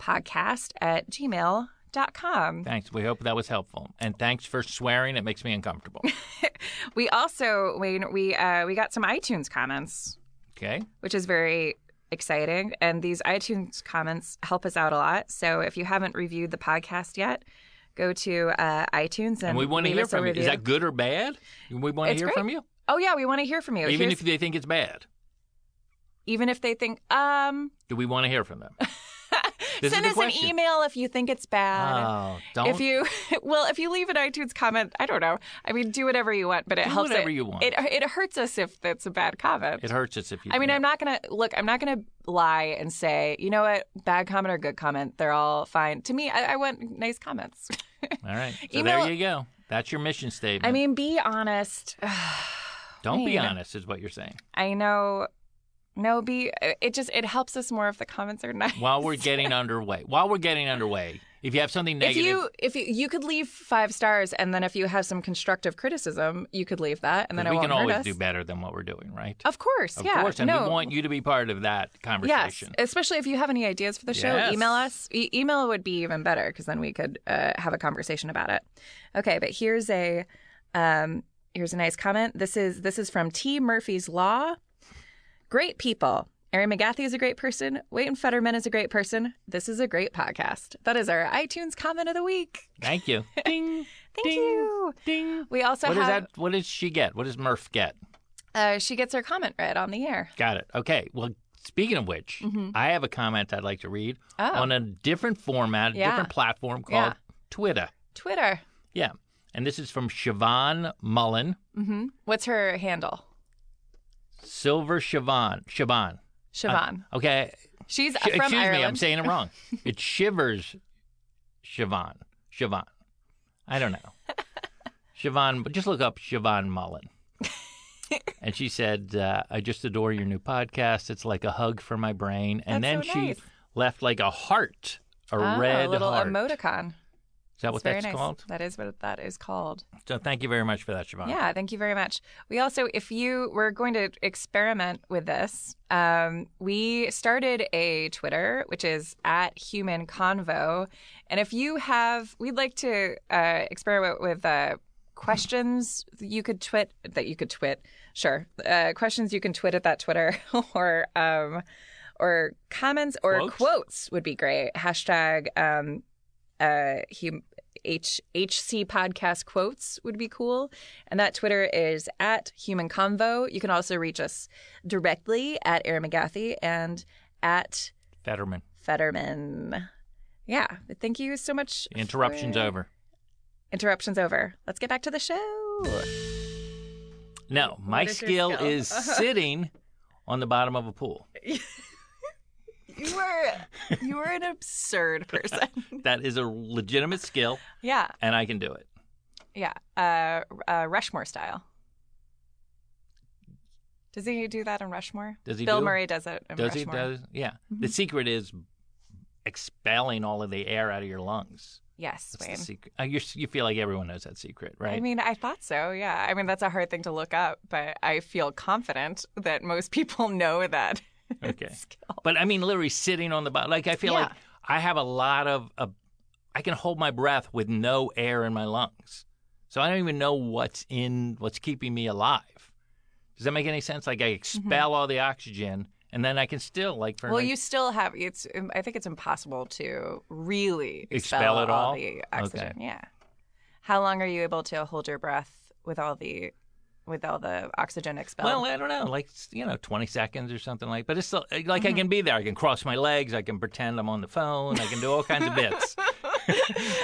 C: podcast at gmail.com.
D: Thanks. We hope that was helpful. And thanks for swearing. It makes
C: [LAUGHS]
D: me uncomfortable.
C: We also, Wayne, we uh, we got some iTunes comments,
D: Okay.
C: which is very exciting. And these iTunes comments help us out a lot. So if you haven't reviewed the podcast yet, go to uh, iTunes and,
D: And we want to
C: leave
D: hear
C: us a
D: from you. Is
C: review.
D: that good or bad? We want to
C: It's
D: hear
C: great.
D: from you,
C: Oh yeah, we want to hear from you.
D: even
C: Here's-
D: if they think it's bad.
C: even if they think, um,
D: Do we want to hear from
C: [LAUGHS]
D: them? This is
C: send
D: the
C: us
D: question.
C: an email if you think it's bad.
D: Oh, don't.
C: if you [LAUGHS] well, if you leave an iTunes comment, I don't know. I mean, do whatever you want, but it
D: Do
C: helps.
D: whatever
C: it,
D: you want.
C: It it hurts us if that's a bad comment.
D: it hurts us if you.
C: I mean,
D: do.
C: I'm not gonna look. I'm not gonna lie and say, you know what, bad comment or good comment, they're all fine. To me, I, I want nice comments.
D: All
C: [LAUGHS]
D: right. So
C: Email-
D: there you go. That's your mission statement.
C: I mean, be honest.
D: don't be
C: man.
D: honest, is what you're saying.
C: I know. No, be. It just it helps us more if the comments are nice.
D: While we're
C: [LAUGHS]
D: getting underway, while we're getting underway, if you have something
C: if
D: negative,
C: you if you, you could leave five stars, and then if you have some constructive criticism, you could leave that, and then it
D: we
C: won't
D: can
C: hurt
D: always
C: us.
D: do better than what we're doing, right?
C: Of course,
D: Of
C: yeah.
D: course, and
C: no.
D: we want you to be part of that
C: Yes, [LAUGHS]
D: conversation.
C: especially if you have any ideas for the show,
D: Yes.
C: email us. E- email would be even better because then we could uh, have a conversation about it. Okay, but here's a um, Here's a nice comment. This is this is from T. Murphy's Law. Great people. Aaron McGathy is a great person. Wayne Fetterman is a great person. This is a great podcast. That is our iTunes comment of the week.
D: Thank you. ding.
C: Thank
D: ding,
C: you.
D: Ding.
C: We also
D: what does
C: have
D: that? What does she get? What does Murph get?
C: uh, she gets her comment read on the air.
D: Got it. Okay. Well, speaking of which, I have a comment I'd like to read
C: Mm-hmm. Oh.
D: on a different format, a
C: Yeah.
D: different platform called Twitter.
C: Twitter.
D: Yeah. And this is from Siobhan Mullen,
C: hmm What's her handle?
D: Silver Siobhan. Siobhan.
C: Siobhan.
D: Okay.
C: She's
D: Sh-
C: from
D: excuse
C: Ireland.
D: me, I'm saying
C: [LAUGHS]
D: it wrong. It shivers Siobhan. Siobhan. I don't know.
C: [LAUGHS]
D: Siobhan, but just look up Siobhan Mullen. and she said, uh, I just adore your new podcast. It's like a hug for my brain. And
C: That's so
D: then she
C: nice.
D: left like a heart, a
C: Ah,
D: red
C: a little
D: heart.
C: emoticon.
D: Is that what
C: very
D: that's
C: nice.
D: called?
C: That is what that is called.
D: So thank you very much for that, Siobhan.
C: Yeah, thank you very much. We also, if you we're going to experiment with this, um, we started a Twitter, which is at Human Convo, and if you have, we'd like to uh, experiment with uh, questions you could twit that you could twit. Sure, uh, questions you can twit at that Twitter [LAUGHS] or. Um, or comments or
D: Quotes?
C: quotes, would be great. Hashtag um, uh, hum- H- HC podcast quotes would be cool. And that Twitter is at Human Convo. You can also reach us directly at Aaron McGathy and at
D: Fetterman.
C: Fetterman. Yeah. Thank you so much.
D: Interruption's
C: for-
D: over.
C: Interruption's over. Let's get back to the show.
D: No, my
C: is your
D: skill,
C: skill? [LAUGHS]
D: is sitting on the bottom of a pool.
C: You were you were an [LAUGHS] absurd person.
D: That is a legitimate skill,
C: yeah.
D: and I can do it.
C: Yeah. Uh, uh, Rushmore style. Does he do that in Rushmore?
D: Does he
C: Bill
D: do-
C: Murray does it in
D: Does he?
C: Rushmore. Mm-hmm.
D: Does yeah. The secret is expelling all of the air out of your lungs.
C: Yes,
D: That's
C: Wayne.
D: the secret. Uh, you you feel like everyone knows that secret, right?
C: I mean, I thought so. Yeah. I mean, that's a hard thing to look up, but I feel confident that most people [LAUGHS] know that.
D: Okay.
C: skill.
D: but I mean, literally sitting on the bottom. Like I feel
C: Yeah.
D: like I have a lot of. Uh, I can hold my breath with no air in my lungs, so I don't even know what's in what's keeping me alive. Does that make any sense? Like I expel all the oxygen, and then I can still like for
C: Mm-hmm. Well,
D: an-
C: you still have it's. I think it's impossible to really expel,
D: Expel it all?
C: the oxygen. Yeah. How long are you able to hold your breath with all the, with all the oxygen expelled?
D: Well, I don't know, like you know, twenty seconds or something like. But it's still eh, like I
C: Mm-hmm.
D: can be there. I can cross my legs. I can pretend I'm on the phone. I can do all kinds of
C: [LAUGHS]
D: bits. [LAUGHS] I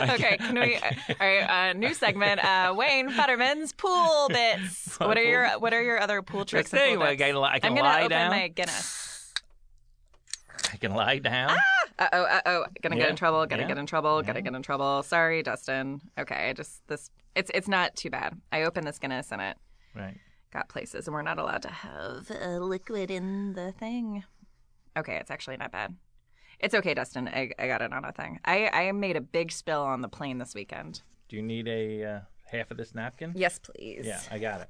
C: okay,
D: can't-
C: can
D: I
C: we?
D: can't-
C: all right, uh, new segment. Uh, Wayne Fetterman's pool
D: [LAUGHS]
C: bits. What are your What are your other pool tricks? and
D: thing,
C: pool
D: like,
C: bits?
D: I li- I can
C: am gonna
D: lie
C: open
D: down.
C: my Guinness.
D: I can lie down.
C: Uh oh, uh oh, gonna
D: Yeah,
C: get in trouble. Gonna
D: yeah,
C: get in trouble. Gonna get in trouble. Sorry, Dustin. Okay, I just this. It's it's not too bad. I opened this Guinness and it
D: Right.
C: got places, and we're not allowed to have uh, liquid in the thing. Okay, it's actually not bad. It's okay, Dustin. I, I got it on a thing. I, I made a big spill on the plane this weekend.
D: Do you need a uh, half of this napkin?
C: Yes, please.
D: Yeah, I got it.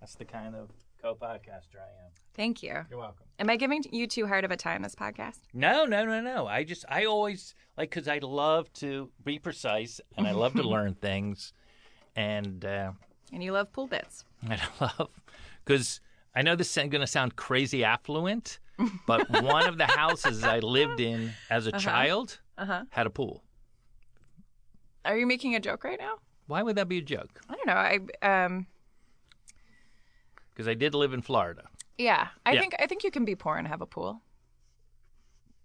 D: That's the kind of co-podcaster I am.
C: Thank you.
D: You're welcome.
C: Am I giving you too hard of a time this podcast?
D: No, no, no, no. I just I always like because I love to be precise and
C: [LAUGHS]
D: I love to learn things, and. Uh,
C: And you love pool bits.
D: [LAUGHS] I love because I know this is going to sound crazy affluent, but one of the houses I lived in as a child had a pool.
C: Are you making a joke right now?
D: Why would that be a joke?
C: I don't know. I um
D: Because I did live in Florida.
C: yeah. I
D: Yeah.
C: think I think you can be poor and have a pool.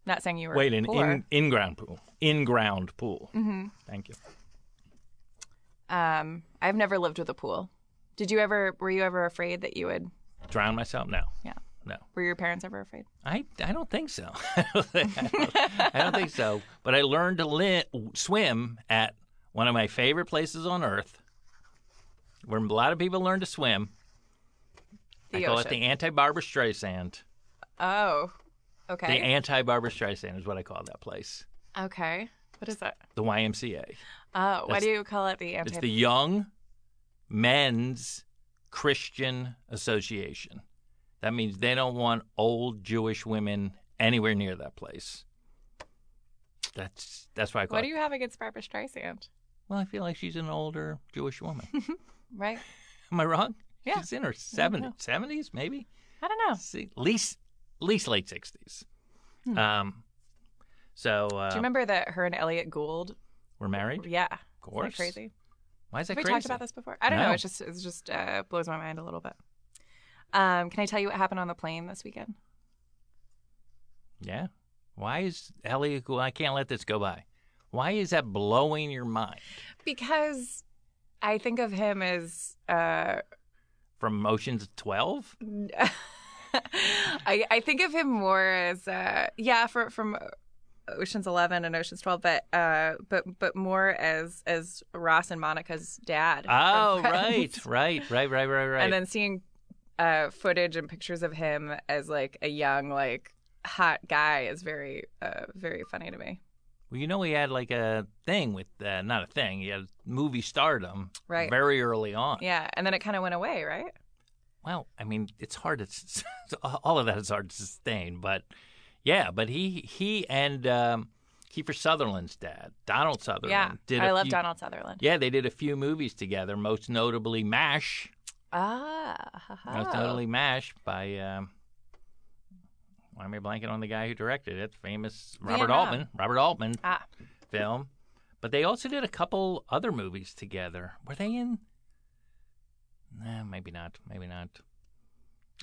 C: Not saying you were
D: Wait, an
C: poor.
D: in, in-ground pool. In-ground pool. Mm-hmm. Thank you.
C: um I've never lived with a pool. Did you ever were you ever afraid that you would
D: Drown myself? No,
C: yeah.
D: no.
C: Were your parents ever afraid?
D: I, I don't think so. [LAUGHS] I don't think- I don't- I don't think so. But I learned to li- swim at one of my favorite places on earth, where a lot of people learn to swim.
C: The
D: I call
C: ocean.
D: it the anti-Barbara Streisand.
C: Oh.
D: The
C: Okay.
D: anti Barbara Streisand is what I call that place.
C: okay. What is that?
D: The YMCA.
C: Oh, why
D: That's-
C: do you call it the
D: It's
C: anti
D: the Young Men's Christian Association. That means they don't want old Jewish women anywhere near that place. That's that's why I call
C: What
D: it.
C: do you have against Barbara Streisand?
D: Well, I feel like she's an older Jewish woman.
C: Right?
D: [LAUGHS] Am I wrong?
C: Yeah.
D: She's in her 70, 70s, maybe?
C: I don't know.
D: See, least, least late 60s. Um, so uh,
C: Hmm. Do you remember that her and Elliot Gould?
D: we're married?
C: Yeah. Of
D: course.
C: crazy.
D: Why is that
C: Have we
D: crazy?
C: talked about this before? I don't
D: No.
C: know. It's just it's just uh, blows my mind a little bit. Um, can I tell you what happened on the plane this weekend?
D: Yeah. Why is Elliot Gould? I can't let this go by. Why is that blowing your mind
C: Because I think of him as uh,
D: from Ocean's 12?
C: [LAUGHS] I I think of him more as uh, yeah for, from Ocean's Eleven and Ocean's Twelve, but uh, but but more as as Ross and Monica's dad.
D: Oh,
C: from [LAUGHS] Friends.
D: right, right, right, right, right,
C: [LAUGHS]
D: right.
C: And then seeing uh, footage and pictures of him as like a young like hot guy is very uh, very funny to me.
D: well, you know, he had like a thing with, uh, not a thing, he had movie stardom
C: Right.
D: very early on.
C: Yeah, and then it kind of went away, right?
D: Well, I mean, it's hard to, s- [LAUGHS] all of that is hard to sustain, but yeah, but he, he and um, Kiefer Sutherland's dad, Donald Sutherland,
C: yeah,
D: did
C: I
D: a
C: love
D: few-
C: Donald Sutherland.
D: Yeah, they did a few movies together, most notably MASH.
C: Ah, ha, ha.
D: Most notably MASH by, um, why am I blanking on the guy who directed it? Famous Robert
C: Robb.
D: Altman. Robert Altman
C: Ah,
D: film. But they also did a couple other movies together. Were they in? Nah, maybe not. Maybe not.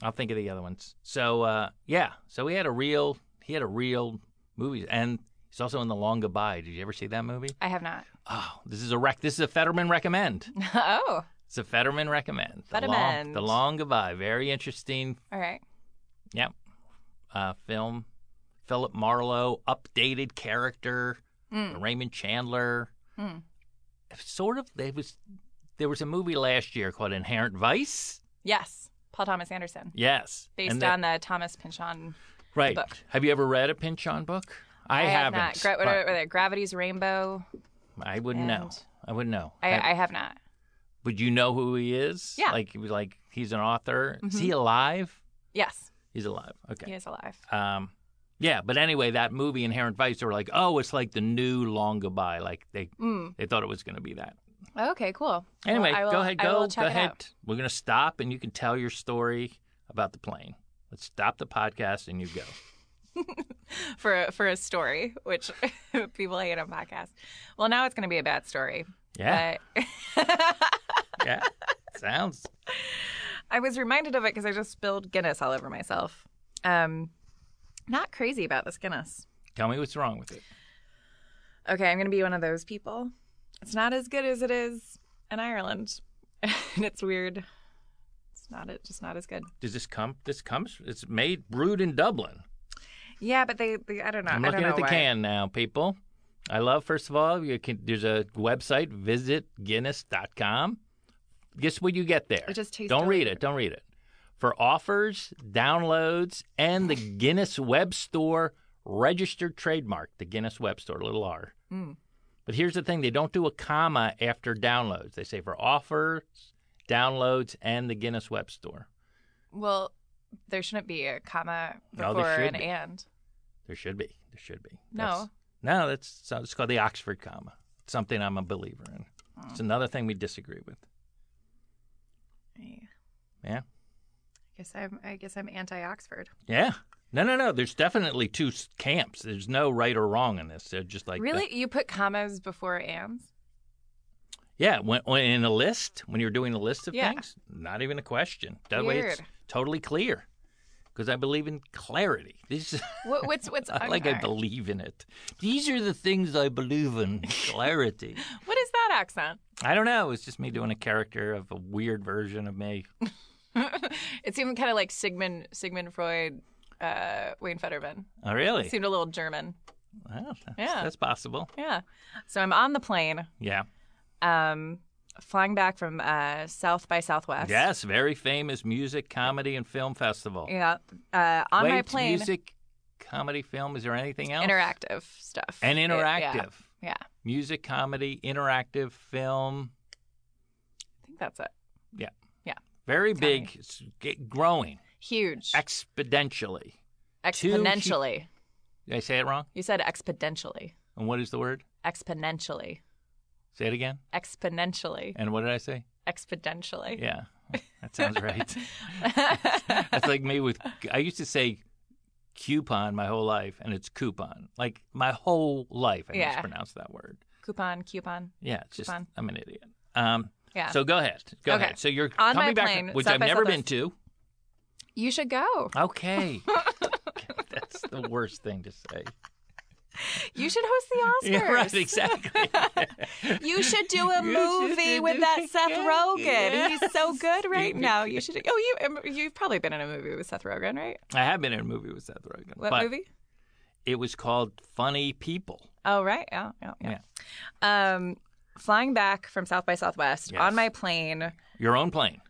D: I'll think of the other ones. So uh, yeah, so he had a real he had a real movie, and he's also in the Long Goodbye. Did you ever see that movie?
C: I have not. [LAUGHS]
D: Oh, this is a rec. This is a Fetterman recommend.
C: oh,
D: It's a Fetterman recommend. The Long,
C: Fetterman.
D: the Long Goodbye. Very interesting
C: all right.
D: Yep. Uh, film. Philip Marlowe, updated character.
C: Hmm.
D: Raymond Chandler.
C: Mm.
D: Sort of. There was there was a movie last year called Inherent Vice.
C: Yes, Paul Thomas Anderson,
D: Yes.
C: based
D: And
C: on the Thomas Pinchon.
D: right.
C: book.
D: Have you ever read a Pinchon book? I,
C: have
D: haven't.
C: not. Gra- what
D: but
C: are they? Gravity's Rainbow.
D: I wouldn't know.
C: and-
D: I wouldn't know.
C: I,
D: Have-
C: I have not.
D: would you know who he is?
C: Yeah.
D: Like he was like he's an author. Is
C: Mhm.
D: he alive?
C: Yes,
D: He's alive. Okay.
C: he is alive.
D: Um, yeah, but anyway, that movie Inherent Vice, they were like, oh, it's like the new Long Goodbye. Like they
C: Mm.
D: they thought it was going to be that.
C: Okay, cool. Well,
D: Anyway,
C: I will-
D: go ahead,
C: I will
D: go
C: check
D: go
C: it
D: ahead.
C: out.
D: We're going to stop, and you can tell your story about the plane. Let's stop the podcast, and you go.
C: for for a story, which [LAUGHS] people hate on podcasts. Well, now it's going to be a bad story.
D: Yeah,
C: But [LAUGHS]
D: yeah. Sounds
C: I was reminded of it because I just spilled Guinness all over myself. Um, not crazy about this Guinness.
D: Tell me what's wrong with it.
C: Okay, I'm going to be one of those people. It's not as good as it is in Ireland, [LAUGHS] and it's weird. It's not it, just not as good.
D: Does this come? This comes. It's made, brewed in Dublin.
C: Yeah, but they, they I don't know.
D: I'm
C: I don't
D: looking
C: know
D: at the
C: why.
D: can now, people. I love, first of all, you can, there's a website, visit Guinness.com. Guess what you get there?
C: It just tastes
D: Don't read
C: delicious.
D: it. Don't read it. For offers, downloads, and the Guinness Web Store registered trademark, the Guinness Web Store, little r.
C: Mm.
D: But here's the thing they don't do a comma after downloads. They say for offers, downloads, and the Guinness Web Store.
C: Well, there shouldn't be a comma
D: No,
C: before
D: there should
C: an
D: be.
C: and.
D: There should be. There should be.
C: No.
D: That's- no, that's so it's called the Oxford comma. It's something I'm a believer in. It's
C: Hmm.
D: another thing we disagree with.
C: I
D: Yeah.
C: guess I'm I guess I'm anti-Oxford.
D: Yeah. No, no, no. There's definitely two s- camps. There's no right or wrong in this. They're just like the-
C: really? you put commas before ands?
D: yeah. When, when in a list, when you're doing a list of
C: Yeah.
D: things, not even a question. That way, it's
C: Weird.
D: totally clear. Because I believe in clarity. [LAUGHS] This is
C: What, what's what's
D: not like [LAUGHS] I
C: okay.
D: believe in it. These are the things I believe in.
C: [LAUGHS]
D: Clarity.
C: What is that accent? [LAUGHS]
D: I don't know. It's just me doing a character of a weird version of me.
C: it seemed kind of like Sigmund Sigmund Freud, uh, Wayne Fetterman.
D: Oh, really?
C: It seemed a little German.
D: Well, that's,
C: Yeah.
D: that's possible.
C: Yeah. So I'm on the plane,
D: Yeah.
C: um, flying back from uh, South by Southwest.
D: Yes, very famous music, comedy, and film festival.
C: Yeah. Uh, on
D: Wait,
C: my
D: it's
C: plane,
D: music, comedy, film. Is there anything else?
C: interactive stuff
D: And
C: It-
D: interactive.
C: yeah. yeah.
D: Music, comedy, interactive, film.
C: I think that's it.
D: Very
C: Tell me.
D: big, s- g- growing
C: Huge.
D: exponentially. two hu-
C: exponentially.
D: Did I say it wrong?
C: You said exponentially.
D: And what is the word?
C: Exponentially.
D: Say it again.
C: Exponentially. [LAUGHS]
D: And what did I say?
C: Exponentially.
D: Yeah. That sounds right. That's like me with. I used to say coupon my whole life, and it's coupon. Like my whole life, I
C: Yeah.
D: mispronounce that word.
C: [LAUGHS] coupon, coupon.
D: Yeah, it's just
C: Coupon.
D: I'm an idiot. Um,
C: Yeah.
D: So go ahead, go
C: Okay.
D: ahead. So you're
C: On
D: coming
C: my
D: back,
C: plane,
D: which
C: South
D: I've
C: by
D: never been to.
C: You should go. [LAUGHS]
D: Okay. That's the worst thing to say.
C: You should host the Oscars.
D: [LAUGHS]
C: [LAUGHS]
D: Yeah, right, exactly.
C: You should do a
D: [LAUGHS] You should
C: movie
D: do-
C: with that Seth Rogen.
D: Yes.
C: He's so good right now. You should. Oh, you you've probably been in a movie with Seth Rogen, right?
D: I have been in a movie with Seth Rogen.
C: What
D: but
C: movie?
D: It was called Funny People.
C: Oh, right. Yeah, yeah, yeah. Um, flying back from South by Southwest
D: Yes.
C: on my plane. [LAUGHS]
D: Your own plane,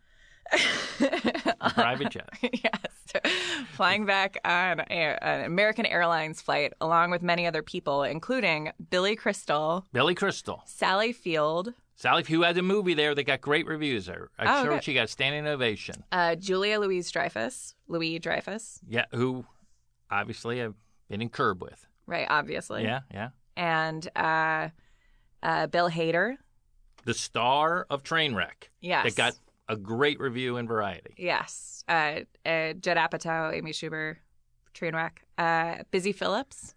D: a private jet.
C: yes, flying back on a, an American Airlines flight along with many other people, including Billy Crystal,
D: Billy Crystal.
C: Sally Field,
D: Sally Pugh had a movie there that got great reviews. I, I'm
C: Oh,
D: sure
C: good.
D: she got a standing ovation.
C: uh, Julia Louise Dreyfus, Louis Dreyfus,
D: Yeah, who obviously I've been in curb with.
C: right? Obviously,
D: Yeah, yeah.
C: and uh, uh, Bill Hader.
D: The star of Trainwreck.
C: Yes.
D: That got a great review in Variety.
C: Yes. Uh, uh, Judd Apatow, Amy Schumer, Trainwreck, uh, Busy Phillips,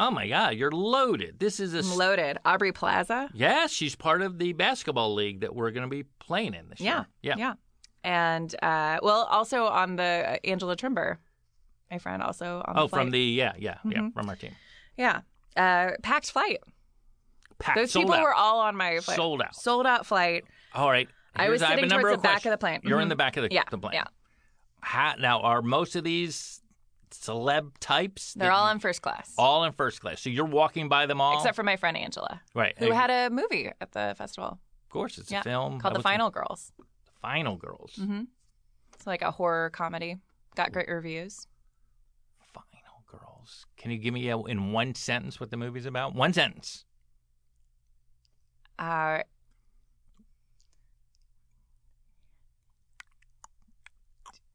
D: Oh my God, you're loaded. This is a. s-
C: Loaded, Aubrey Plaza.
D: yeah, she's part of the basketball league that we're going to be playing in this
C: Yeah.
D: year. Yeah.
C: Yeah. And uh, well, also on the uh, Angela Trimber, my friend, also on the
D: Oh, from
C: flight.
D: the. Yeah, yeah, yeah,
C: Mhm.
D: from our team.
C: yeah uh, packed flight.
D: Packed,
C: Those
D: sold
C: people
D: out.
C: were all on my flight.
D: sold out.
C: Sold out flight.
D: All right.
C: I was
D: here's- have
C: sitting
D: a number
C: towards
D: of
C: the back of
D: questions.
C: the plane.
D: You're in
C: Mhm.
D: the back of the,
C: yeah.
D: the plane.
C: Yeah.
D: How, now, are most of these celeb types?
C: They're
D: that
C: all
D: you-
C: in first class.
D: all in first class. So you're walking by them all,
C: Except for my friend Angela,
D: right?
C: who had a movie at the festival
D: of course, it's
C: yeah,
D: a film
C: called
D: Hmm, That
C: The
D: was
C: Final Girls.
D: The Final Girls.
C: Mm-hmm. It's like a horror comedy. Got great reviews. Mm-hmm.
D: Final Girls. Can you give me a, in one sentence what the movie's about? One sentence.
C: Uh,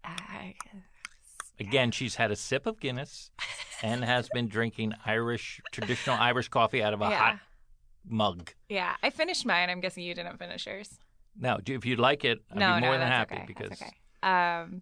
C: I-
D: Again, she's had a sip
C: [LAUGHS]
D: of Guinness and has been drinking Irish traditional Irish coffee out of a
C: Yeah.
D: hot mug.
C: yeah, I finished mine. I'm guessing you didn't finish yours.
D: Now, do- if you'd like it, I'd
C: no,
D: be more
C: no,
D: than
C: that's
D: happy
C: okay.
D: because
C: that's okay. Um,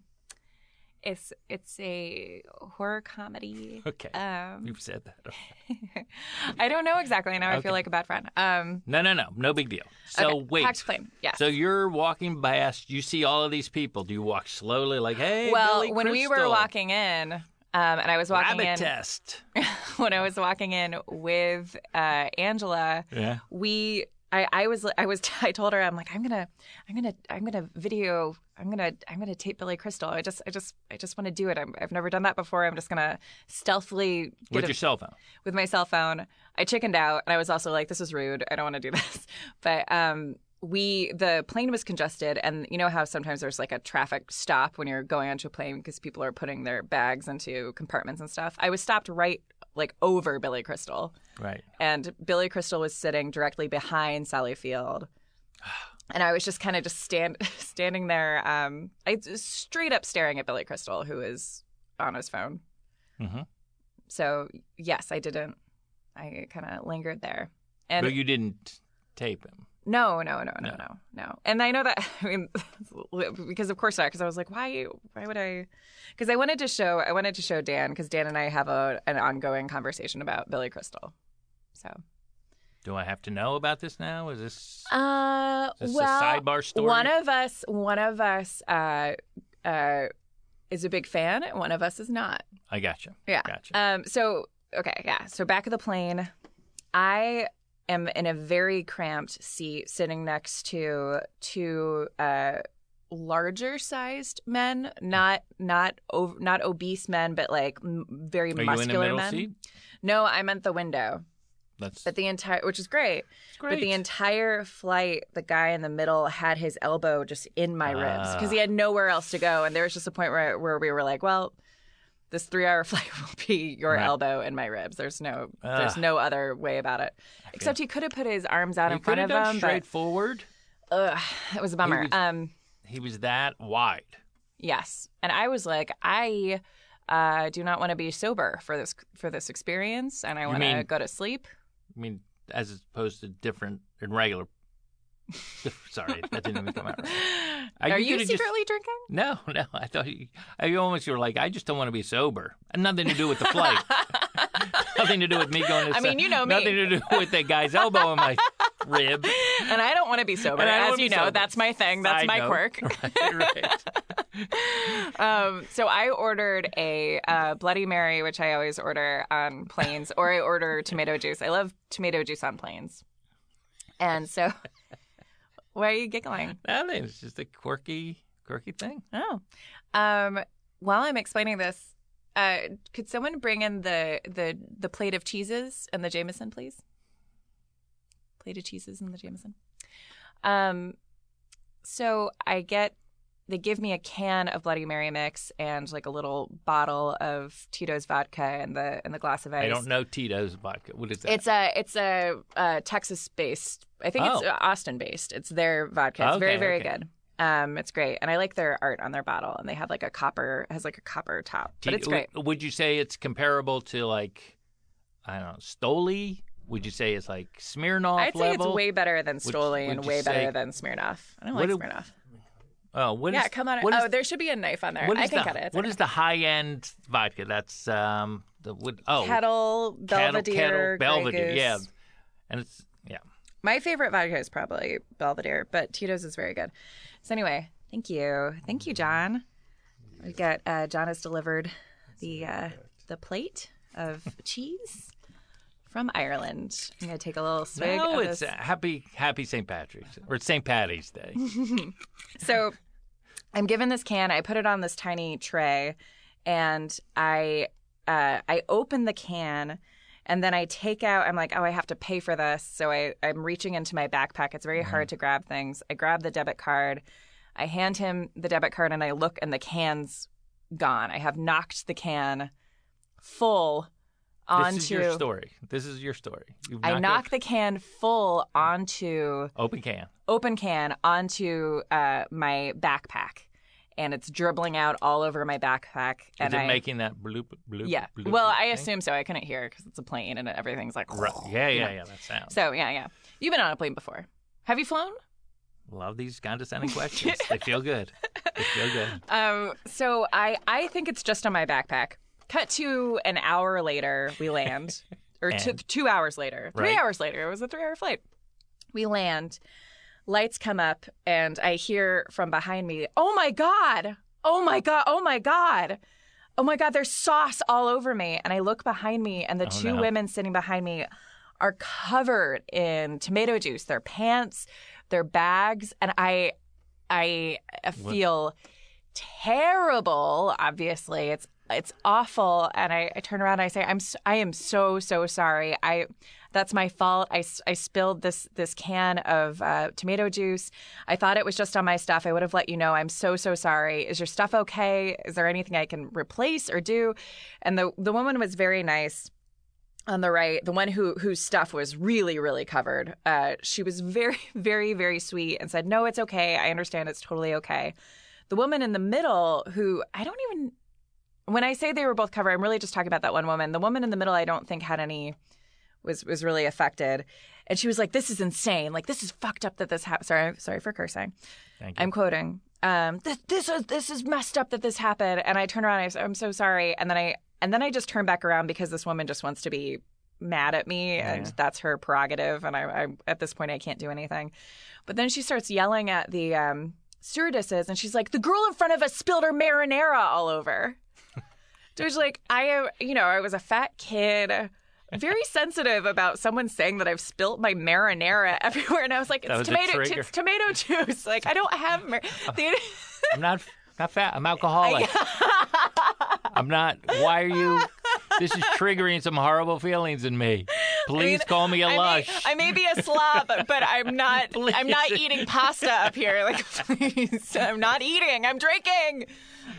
C: it's it's a horror comedy.
D: Okay.
C: Um,
D: you've said that.
C: [LAUGHS] I don't know exactly. Now I
D: Okay.
C: feel like a bad friend. Um,
D: No, no, no, no big deal. So
C: okay.
D: wait.
C: packed plane. Yeah.
D: So you're walking past, you see all of these people. Do you walk slowly, like, hey,
C: well,
D: Billy
C: when we were
D: Crystal,
C: walking in, um, and I was walking
D: rabbit
C: in.
D: test?
C: [LAUGHS] when I was walking in with uh, Angela,
D: Yeah.
C: we I, I was I was [LAUGHS] I told her I'm like I'm gonna I'm gonna I'm gonna video I'm gonna I'm gonna tape Billy Crystal. I just I just I just want to do it. I'm, I've never done that before. I'm just gonna stealthily
D: With
C: get a-
D: your cell phone.
C: with my cell phone. I chickened out, and I was also like, "This is rude. I don't want to do [LAUGHS] this." But um, we the plane was congested, and you know how sometimes there's like a traffic stop when you're going onto a plane because people are putting their bags into compartments and stuff. I was stopped right like over Billy Crystal,
D: Right.
C: and Billy Crystal was sitting directly behind Sally
D: [SIGHS]
C: Field. And I was just kind of just stand [LAUGHS] standing there, um, I straight up staring at Billy Crystal, who is on his phone.
D: hmm
C: So yes, I didn't. I kind of lingered there. And
D: But you didn't tape him.
C: no, no, no, no,
D: No.
C: no, no, And I know that. [LAUGHS] I mean, because of course not. Because I was like, why? Why would I? Because I wanted to show. I wanted to show Dan because Dan and I have a an ongoing conversation about Billy Crystal. So.
D: Do I have to know about this now? Is this
C: Uh,
D: Is this a sidebar story?
C: One of us. One of us. Uh, uh, is a big fan. and One of us is not.
D: I gotcha.
C: Yeah.
D: Gotcha.
C: Um, so okay, yeah. So back of the plane, I am in a very cramped seat, sitting next to two uh, larger sized men, not not ov- not obese men, but like m- very
D: Are you in the
C: muscular
D: middle
C: men.
D: seat?
C: No, I meant the window,
D: That's
C: but the entire which is great.
D: great.
C: But the entire flight, the guy in the middle had his elbow just in my
D: Ah.
C: ribs because he had nowhere else to go. And there was just a point where, where we were like, well, this three hour [LAUGHS] flight will be your
D: Right.
C: elbow in my ribs. There's no
D: Ugh.
C: there's no other way about it. Except he could have put his arms out
D: he
C: in front
D: could
C: of
D: have done
C: him, but
D: straightforward.
C: ugh, it was a bummer.
D: was-
C: Um,
D: He was that wide.
C: yes. And I was like, I uh, do not want to be sober for this for this experience and I
D: You
C: want to
D: mean-
C: go to sleep.
D: I mean, as opposed to different and regular [LAUGHS] Sorry, that didn't even come
C: [LAUGHS]
D: out right. I-
C: Are you
D: could've just-
C: secretly drinking?
D: No, [LAUGHS] no. I thought you, I almost were like, I just don't want to be sober. Nothing to do with the
C: [LAUGHS]
D: flight. nothing to do with me going to.
C: I mean, you know me.
D: Nothing to do with that guy's elbow in my
C: [LAUGHS]
D: rib.
C: and I don't want to be sober.
D: And I don't
C: As
D: wanna
C: you
D: be
C: know,
D: sober.
C: that's my thing. That's
D: I
C: my
D: know.
C: quirk.
D: [LAUGHS] Right,
C: [LAUGHS]
D: right.
C: Um, so I ordered a uh, Bloody Mary, which I always order on planes, or I order tomato juice. I love tomato juice on planes. And so, [LAUGHS] why are you giggling?
D: That is just a quirky, quirky thing.
C: Oh, um, while I'm explaining this, uh, could someone bring in the the the plate of cheeses and the Jameson, please? Plate of cheeses and the Jameson. Um, so I get they give me a can of Bloody Mary mix and like a little bottle of Tito's vodka and the and the glass of ice.
D: I don't know Tito's vodka. What is that?
C: It's a it's a uh, Texas based. I think it's
D: Oh.
C: Austin based. It's their vodka. It's very
D: Okay,
C: very
D: okay.
C: good. Um, it's great, and I like their art on their bottle. And they have like a copper has like a copper top, but
D: Tito-
C: it's great.
D: Would, you say it's comparable to like, I don't know, Stoli? Would you say it's like Smirnoff
C: I'd say
D: level?
C: it's way better than
D: Would-
C: Stoli
D: would
C: and
D: you
C: way better
D: say-
C: than Smirnoff. I don't like
D: What do-
C: Smirnoff.
D: Oh, what
C: yeah,
D: is-
C: come on.
D: what is
C: oh, there should be a knife on there.
D: What
C: I
D: is
C: can
D: the,
C: cut it. It's
D: What
C: okay.
D: is the high end vodka? That's um the wood. Oh,
C: kettle
D: Cattle-
C: Belvedere?
D: Kettle,
C: Grey
D: Belvedere.
C: Goose.
D: Yeah, and it's yeah.
C: My favorite vodka is probably Belvedere, but Tito's is very good. So anyway, thank you, thank you, John. We've got uh, John has delivered the uh, the plate of cheese from Ireland. I'm gonna take a little swig.
D: no,
C: of
D: it's
C: this.
D: uh, happy Happy St. Patrick's or it's St. Patty's
C: [LAUGHS]
D: Day.
C: so I'm given this can. I put it on this tiny tray, and I uh, I open the can, and then I take out. I'm like, oh, I have to pay for this, so I I'm reaching into my backpack. It's very
D: Mm-hmm.
C: hard to grab things. I grab the debit card. I hand him the debit card, and I look, and the can's gone. I have knocked the can full onto.
D: This is your story. This is your story. You've
C: I knocked
D: knocked
C: the can full onto
D: a- open can.
C: open can onto uh, my backpack, and it's dribbling out all over my backpack. and
D: is it
C: I,
D: making that bloop bloop?
C: yeah.
D: bloop
C: well, I
D: thing?
C: assume so. I couldn't hear because it's a plane and everything's like.
D: Right. Yeah,
C: you
D: yeah,
C: know.
D: yeah. That
C: [SNIFFS]
D: sounds.
C: So yeah, yeah. You've been on a plane before. Have you flown?
D: Love
C: [LAUGHS]
D: these condescending questions. they feel good. They feel good.
C: Um, so I I think it's just on my backpack. Cut to an hour later, we land, or
D: [LAUGHS]
C: two,
D: And?
C: two hours later, three
D: Right.
C: hours later. It was a three-hour flight. We land, lights come up, and I hear from behind me, "Oh my god! Oh my god! Oh my god!" Oh my God, there's sauce all over me. And I look behind me, and the
D: Oh,
C: two
D: no.
C: women sitting behind me are covered in tomato juice, their pants, their bags. And I, I feel terrible. Obviously, it's it's awful. And I, I turn around and I say, I'm s- I am so so sorry. I that's my fault. I, s- I spilled this this can of uh, tomato juice. I thought it was just on my stuff. I would have let you know. I'm so so sorry. Is your stuff okay? Is there anything I can replace or do? And the the woman was very nice on the right, the one who whose stuff was really really covered, uh, she was very [LAUGHS] very very sweet and said, "No, it's okay. I understand. It's totally okay." The woman in the middle, who I don't even when I say they were both covered, I'm really just talking about that one woman. The woman in the middle, I don't think had any was was really affected, and she was like, "This is insane. Like this is fucked up that this happened." Sorry, sorry for cursing.
D: Thank you.
C: I'm quoting. Um, this this is this is messed up that this happened, and I turn around. And I say, I'm so sorry, and then I and then I just turn back around because this woman just wants to be mad at me, and
D: Yeah.
C: that's her prerogative. And I, I at this point I can't do anything. But then she starts yelling at the um, stewardesses, and she's like, "The girl in front of us spilled her marinara all over." [LAUGHS] So it's like I am, you know, I was a fat kid. Very sensitive about someone saying that I've spilt my marinara [LAUGHS] everywhere, and I was like,
D: That
C: "It's
D: was a
C: tomato,
D: trigger.
C: it's tomato [LAUGHS] juice. Like I don't have
D: [LAUGHS]
C: mar- they-
D: I'm not not fat.
C: [LAUGHS]
D: I'm alcoholic. I'm not. Why are you? This is triggering some horrible feelings in me. Please call me a
C: I may,
D: lush.
C: I may be a slob, but I'm
D: [LAUGHS]
C: not. I'm not
D: Please.
C: eating pasta up here. Like, [LAUGHS] please, I'm not eating. I'm drinking.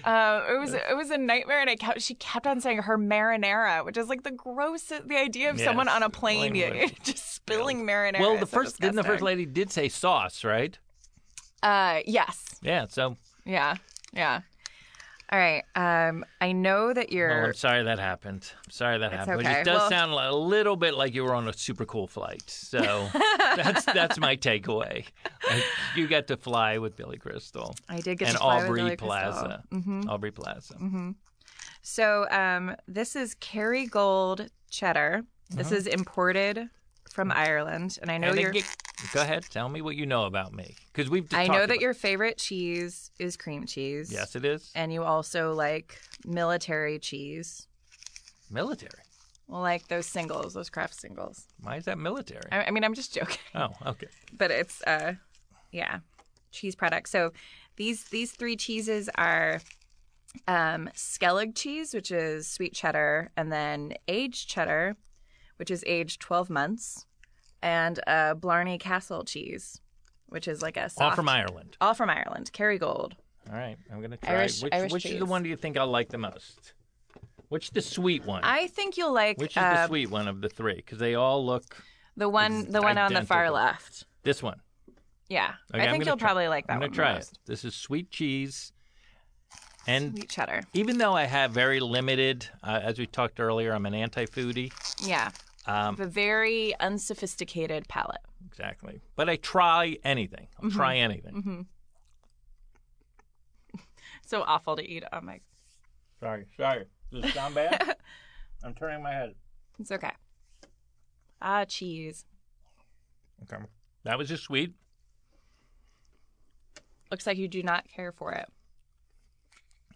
C: Um, it was it was a nightmare, and I kept. She kept on saying her marinara, which is like the grossest. The idea of someone
D: Yes.
C: on a plane
D: Plane would-
C: [LAUGHS] just spilling marinara.
D: well, the
C: is so
D: first didn't the first
C: disgusting.
D: lady did say sauce, right?
C: Uh, yes.
D: Yeah. So
C: Yeah. Yeah. All right. Um, I know that
D: Well,
C: you're.
D: oh, I'm sorry that happened. I'm sorry that
C: It's
D: happened. But
C: okay.
D: it does
C: Well-
D: sound li- a little bit like you were on a super cool flight.
C: [LAUGHS]
D: So that's that's my takeaway. Like, you got to fly with Billy Crystal
C: I did get
D: and
C: to fly with
D: Aubrey
C: Billy Crystal.
D: Plaza.
C: Mhm.
D: Aubrey Plaza.
C: So um, this is Kerrygold cheddar. This is imported from Ireland, and I know
D: Uh-huh. Mm. And
C: your
D: again- go ahead. Tell me what you know about me because we've.
C: I
D: talked
C: know
D: about-
C: that your favorite cheese is cream cheese.
D: Yes, it is
C: And you also like military cheese.
D: military.
C: Well, like those singles, those craft singles.
D: Why is that military?
C: I, I mean, I'm just joking,
D: Oh, okay.
C: but it's uh, yeah, cheese products. So these these three cheeses are um, Skellig cheese, which is sweet cheddar, and then aged cheddar, which is aged 12 months, and uh, Blarney Castle cheese, which is like a soft,
D: All from Ireland.
C: all from Ireland, Kerrygold.
D: All right, I'm gonna try.
C: Irish-
D: which
C: Irish
D: which is the
C: cheese.
D: one do you think I'll like the most? Which the sweet one?
C: I think you'll like
D: Which is
C: uh,
D: the sweet one of the three? Because they all look
C: The one,
D: It's
C: the one on the far
D: identical.
C: left.
D: this one.
C: Yeah,
D: Okay,
C: I
D: I'm
C: think
D: gonna
C: you'll
D: try-
C: probably like that
D: I'm
C: one.
D: gonna
C: the
D: try it.
C: most.
D: This is sweet cheese, and
C: Sweet cheddar.
D: even though I have very limited, uh, as we talked earlier, I'm an anti-foodie.
C: Yeah,
D: Um,
C: the very unsophisticated palate.
D: exactly, but I try anything. I'll try
C: Mm-hmm.
D: anything.
C: [LAUGHS] So awful to eat. Oh my, Mm-hmm.
D: Sorry, sorry. Does it sound
C: [LAUGHS]
D: bad? I'm turning my head.
C: it's okay. Ah, cheese.
D: Okay, that was just sweet.
C: Looks like you do not care for it.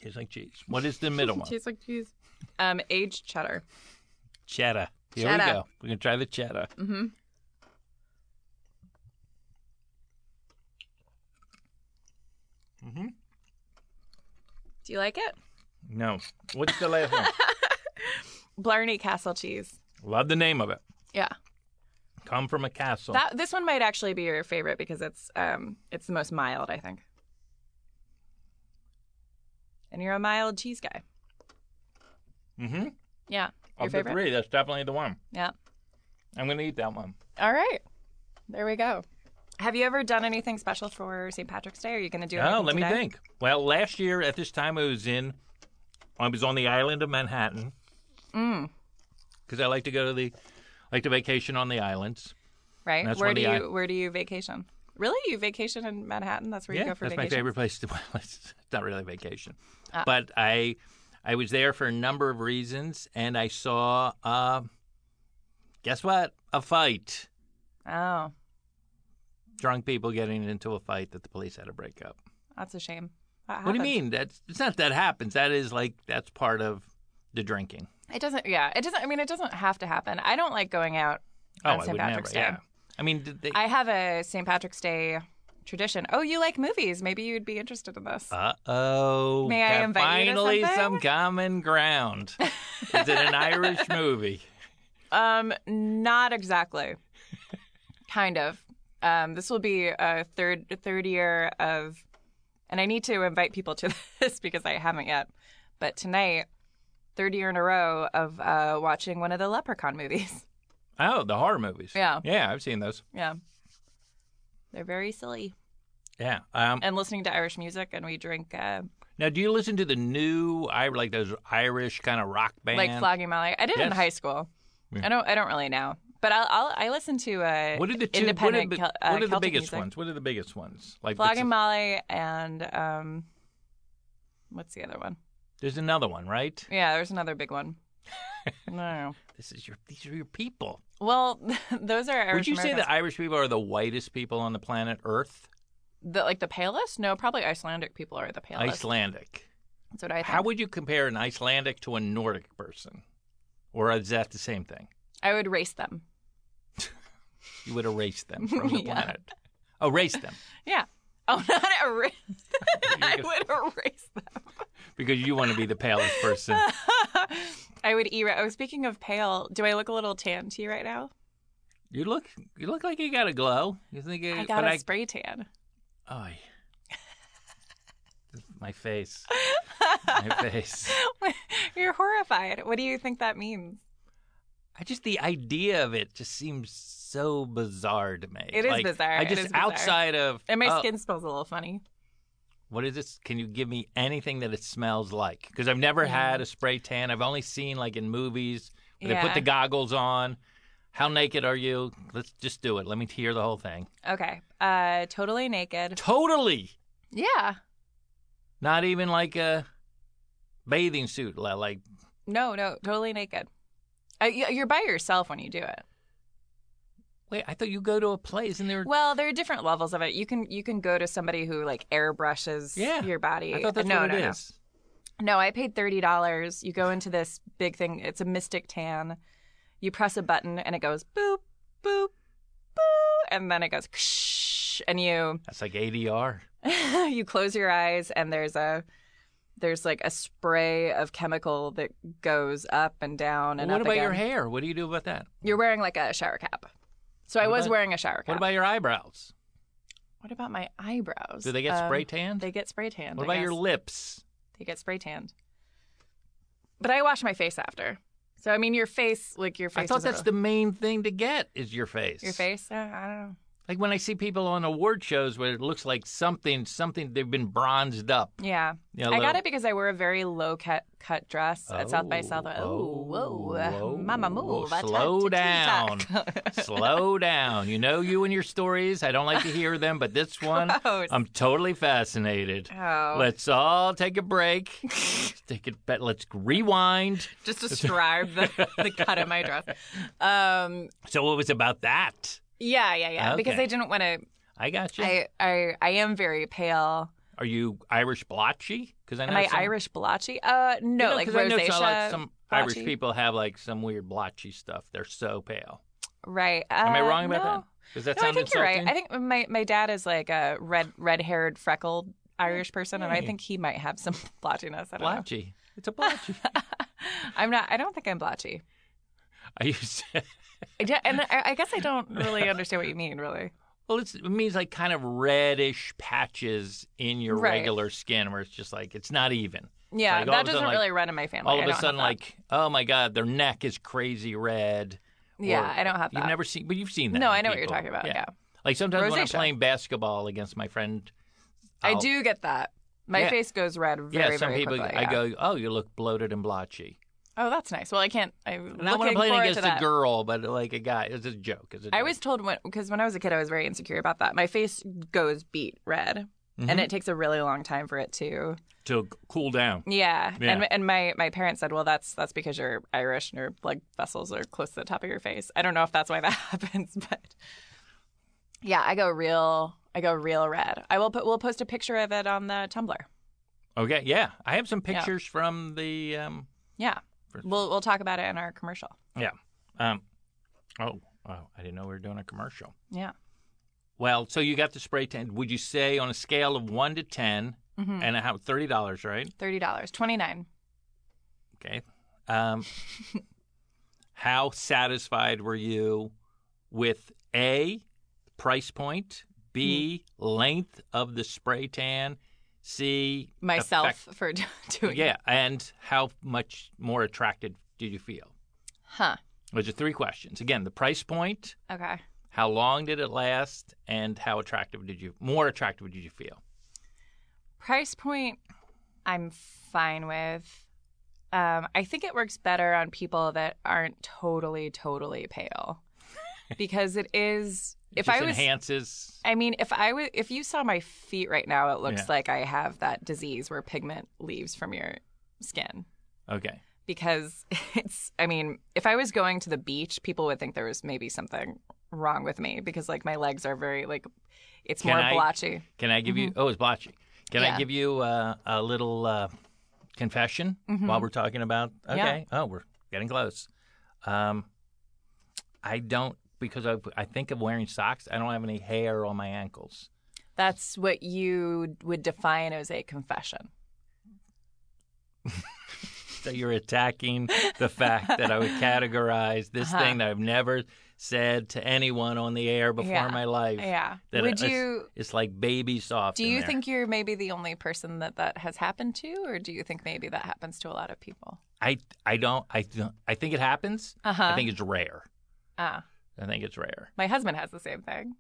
D: Tastes like cheese. What is the
C: [LAUGHS]
D: middle one?
C: Tastes like cheese. Um, aged cheddar.
D: Cheddar. Here we
C: Cheddar.
D: go. We're gonna try the cheddar.
C: Mm-hmm.
D: Mhm.
C: Do you like it?
D: No. What's the last one?
C: [LAUGHS] Blarney Castle cheese.
D: Love the name of it.
C: Yeah,
D: Come from a castle.
C: that this one might actually be your favorite because it's um it's the most mild, I think. And you're a mild cheese guy.
D: mm-hmm.
C: Yeah, your
D: of
C: favorite.
D: the three, that's definitely the one.
C: Yeah.
D: I'm gonna eat that one.
C: All right. There we go. Have you ever done anything special for St. Patrick's Day? Are you going to do anything
D: oh, let me
C: today?
D: think. Well, last year at this time I was in, I was on the island of Manhattan
C: Mm,
D: because I like to go to the, like to vacation on the islands.
C: right.
D: That's
C: where
D: one
C: do
D: of the
C: you where do you vacation? Really? You vacation in Manhattan? That's where
D: yeah,
C: you go for
D: that's
C: vacation.
D: my favorite place. To, [LAUGHS] well, it's not really vacation,
C: Ah.
D: but I, I was there for a number of reasons, and I saw, uh, guess what? A fight.
C: Oh,
D: Drunk people getting into a fight that the police had to break up.
C: that's a shame. That
D: What do you
C: happens.
D: mean? That's it's not that happens. That is like that's part of the drinking.
C: It doesn't. Yeah, it doesn't. I mean, it doesn't have to happen. I don't like going out
D: Oh,
C: on
D: I
C: St.
D: would
C: Patrick's
D: never.
C: Day.
D: Yeah. I mean, did they,
C: I have a St. Patrick's Day tradition. Oh, you like movies? Maybe you'd be interested in this.
D: Uh oh.
C: May I invite you to
D: Finally,
C: something?
D: some
C: [LAUGHS]
D: common ground. Is it an Irish movie?
C: Um, not exactly. kind of. Um, this will be a third third year of, and I need to invite people to [LAUGHS] this because I haven't yet. But tonight, third year in a row of uh, watching one of the Leprechaun movies. [LAUGHS]
D: Oh, the horror movies.
C: Yeah.
D: Yeah, I've seen those.
C: yeah, they're very silly.
D: Yeah. Um,
C: And listening to Irish music, and we drink uh,
D: now, do you listen to the new, I like those Irish kind of rock bands?
C: like Flogging Molly. I did in
D: Yes.
C: high school.
D: Yeah.
C: I don't. I don't really know, but I'll. I'll I listen to uh,
D: What are the two?
C: independent
D: what are,
C: Kel-
D: the-
C: uh,
D: what are the
C: Celtic
D: biggest
C: music.
D: ones? What are the biggest ones? Like
C: Flogging
D: it's-
C: Molly and um, what's the other one?
D: There's another one, right?
C: Yeah, there's another big one. [LAUGHS] no.
D: This is your. These are your people.
C: Well, [LAUGHS] those are Irish.
D: Would you say
C: Americans.
D: that Irish people are the whitest people on the planet Earth?
C: The- like the palest? No, probably Icelandic people are the palest.
D: Icelandic.
C: That's what I think.
D: How would you compare an Icelandic to a Nordic person? Or is that the same thing?
C: I would race them.
D: You would erase them from the
C: [LAUGHS] Yeah.
D: planet. Erase them
C: Yeah. Oh, [LAUGHS] not
D: [LAUGHS]
C: erase. [LAUGHS] I would erase them. [LAUGHS]
D: because you want to be the palest person.
C: I would erase. Oh, speaking of pale, do I look a little tan to you right now?
D: You look, you look like you got a glow. You think,
C: I
D: but
C: got a
D: I-
C: spray tan. [LAUGHS]
D: Oh, my face,
C: [LAUGHS]
D: my face.
C: You're horrified. What do you think that means?
D: I just the idea of it just seems so bizarre to me.
C: It is
D: Like,
C: bizarre.
D: I
C: It
D: just
C: is bizarre.
D: outside of
C: And my
D: oh,
C: skin smells a little funny.
D: What is this? Can you give me anything that it smells like? Because I've never had a spray tan. I've only seen like in movies where they put
C: Yeah.
D: the goggles on. How naked are you? Let's just do it. Let me hear the whole thing.
C: Okay. Uh, totally naked.
D: Totally.
C: Yeah.
D: Not even like a bathing suit. li- Like
C: No, no, totally naked. Uh, you- you're by yourself when you do it.
D: wait, I thought you go to a place and there.
C: Well, there are different levels of it. You can you can go to somebody who like airbrushes
D: Yeah.
C: your body.
D: I thought that's
C: no,
D: what
C: no,
D: it
C: no.
D: is.
C: No, I paid thirty dollars. You go into this big thing. It's a mystic tan. You press a button and it goes boop, boop, boop, and then it goes ksh, and you [LAUGHS]
D: That's like ADR.
C: you close your eyes and there's a there's like a spray of chemical that goes up and down and up
D: what about
C: again.
D: your hair? What do you do about that?
C: You're wearing like a shower cap. So I
D: What
C: was
D: about-
C: wearing a shower cap.
D: What about your eyebrows?
C: What about my eyebrows?
D: Do they get
C: Um,
D: spray tanned?
C: They get spray tanned.
D: what
C: I
D: about your
C: guess.
D: lips?
C: They get spray tanned. But I wash my face after. So I mean, your face, like your face.
D: I thought
C: doesn't
D: that's the
C: really-
D: main thing to get is your
C: [LAUGHS]
D: face.
C: your face. Uh, I don't know.
D: Like when I see people on award shows where it looks like something, something they've been bronzed up.
C: Yeah,
D: You know,
C: I got
D: little-
C: it because I wore a very low cut cut dress at South by
D: Oh,
C: Southwest.
D: oh,
C: Oh, whoa,
D: whoa,
C: [LAUGHS] mama
D: whoa,
C: move! I
D: slow
C: talk to
D: down.
C: [LAUGHS] TikTok.
D: [LAUGHS] Slow down. You know you and your stories. I don't like to hear them,
C: [LAUGHS]
D: but this one,
C: Gross.
D: I'm totally fascinated.
C: oh,
D: Let's all take a break.
C: [LAUGHS]
D: take it back. Let's rewind. [LAUGHS]
C: just describe the, the cut of my dress. Um,
D: So it was about that.
C: yeah, yeah, yeah. Because
D: Okay.
C: I didn't want to.
D: I got you.
C: I, I I am very pale.
D: Are you Irish blotchy? Because I know
C: Am I
D: some-
C: Irish blotchy? Uh, no,
D: you know,
C: like
D: 'cause I know
C: rosacea.
D: some- like, some Irish
C: blotchy?
D: people have like some weird blotchy stuff. They're so pale.
C: Right. Uh,
D: Am I wrong
C: no.
D: about that? Does that
C: no, I
D: sound
C: think you're
D: insulting?
C: right. I think my, my dad is like a red red haired freckled Irish person, and I
D: Hey.
C: think he might have some [LAUGHS] blotchiness. I don't
D: blotchy. It's
C: [LAUGHS]
D: a blotchy.
C: know. I'm not. I don't think I'm blotchy.
D: I used to-
C: I don't- and I, I guess I don't really understand what you mean, really.
D: well, it's, it means like kind of reddish patches in your
C: Right.
D: regular skin, where it's just like it's not even.
C: Yeah,
D: Like, all of a
C: that
D: sudden,
C: doesn't
D: like-
C: really run in my family.
D: All
C: I
D: of
C: don't
D: a
C: have
D: sudden,
C: that.
D: like oh my god, their neck is crazy red.
C: yeah,
D: or-
C: I don't have that.
D: You've never seen, but you've seen that.
C: no,
D: in
C: I know what you're
D: people.
C: talking about. Yeah,
D: Like sometimes when I'm
C: Rosacea.
D: playing basketball against my friend,
C: I
D: I'll-
C: do get that. My
D: Yeah.
C: face goes red very,
D: Yeah, some
C: very
D: people
C: quickly.
D: I
C: yeah.
D: go, oh, you look bloated and blotchy.
C: Oh, that's nice. Well, I can't. I'm
D: And I want
C: looking
D: to play
C: forward
D: against
C: to that.
D: a girl, but like a guy. It's a joke. It's a
C: I
D: joke.
C: was told when because when I was a kid, I was very insecure about that. My face goes beat red, and
D: Mhm.
C: it takes a really long time for it to.
D: to cool down.
C: Yeah,
D: Yeah.
C: and and my my parents said, well, that's that's because you're Irish and your blood vessels are close to the top of your face. I don't know if that's why that [LAUGHS] happens, but yeah, I go real. I go real red. I will put. We'll post a picture of it on the Tumblr.
D: Okay, yeah, I have some
C: Yeah.
D: pictures from the. Um,
C: Yeah,
D: For-
C: we'll we'll talk about it in our commercial.
D: um, oh, wow, I didn't know we were doing a commercial.
C: Yeah.
D: Well, so you got the spray tan. Would you say on a scale of one to ten,
C: Mhm.
D: and how thirty dollars, right?
C: Thirty dollars, twenty nine.
D: Okay. Um, how satisfied were you with A, price point, B,
C: Hmm.
D: length of the spray tan, C,
C: Myself
D: effect-
C: for [LAUGHS] do- doing.
D: Yeah,
C: it.
D: and how much more attracted did you feel?
C: Huh.
D: Those are three questions. Again, the price point,
C: Okay.
D: how long did it last, and how attractive did you, more attractive did you feel?
C: price point i'm fine with um, i think it works better on people that aren't totally totally
D: [LAUGHS]
C: pale because it is
D: It
C: if
D: just
C: i was
D: enhances.
C: i mean if i was if you saw my feet right now it looks
D: Yeah.
C: like i have that disease where pigment leaves from your skin
D: Okay.
C: because [LAUGHS] it's i mean if i was going to the beach people would think there was maybe something wrong with me because like my legs are very like it's
D: Can
C: more
D: I-
C: blotchy
D: Can I give you? Oh, it's blotchy. Can I
C: Mm-hmm. Yeah.
D: give you uh, a little uh, confession while we're talking about?
C: Mm-hmm. Yeah.
D: Okay. Oh, we're getting close. Um, I don't because I, I think of wearing socks. I don't have any hair on my ankles.
C: That's what you would define as a confession.
D: So you're attacking the fact that I would categorize this
C: Uh-huh.
D: thing that I've never said to anyone on the air before
C: Yeah.
D: in my life.
C: Yeah.
D: That
C: would
D: it's-
C: you?
D: It's like baby soft.
C: Do
D: in
C: you
D: there.
C: think you're maybe the only person that that has happened to, or do you think maybe that happens to a lot of people?
D: I? I don't. I. don't- I think it happens.
C: Uh huh.
D: I think it's rare.
C: Ah,
D: I think it's rare.
C: my husband has the same thing.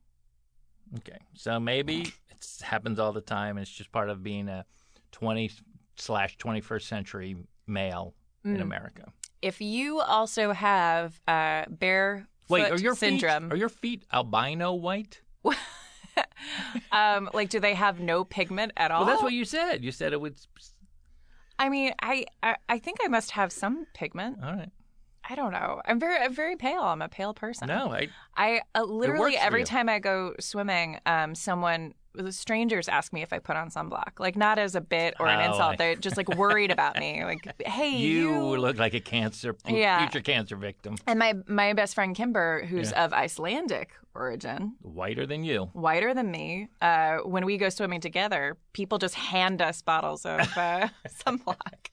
D: Okay. So maybe it happens all the time. It's just part of being a 20 slash 21st century male in
C: Mm.
D: America.
C: If you also have uh, bare
D: Wait,
C: foot
D: are your
C: syndrome,
D: feet are your feet albino white?
C: [LAUGHS] um, like do they have no pigment at all?
D: Well, that's what you said. You said it would.
C: I mean, I, I I think I must have some pigment.
D: All right.
C: I don't know. I'm very I'm very pale. I'm a pale person.
D: No, I
C: I uh,
D: works
C: literally
D: for
C: every
D: you.
C: time I go swimming, um, someone strangers ask me if I put on sunblock. Like not as a bit or an
D: Oh,
C: insult.
D: I-
C: They're just like worried about me.
D: [LAUGHS]
C: Like, hey,
D: you,
C: you.
D: look like a cancer
C: Yeah.
D: future cancer victim,
C: and my my best friend Kimber, who's
D: Yeah.
C: of Icelandic origin,
D: whiter than you.
C: whiter than me. Uh, when we go swimming together, people just hand us bottles of
D: [LAUGHS]
C: uh, sunblock.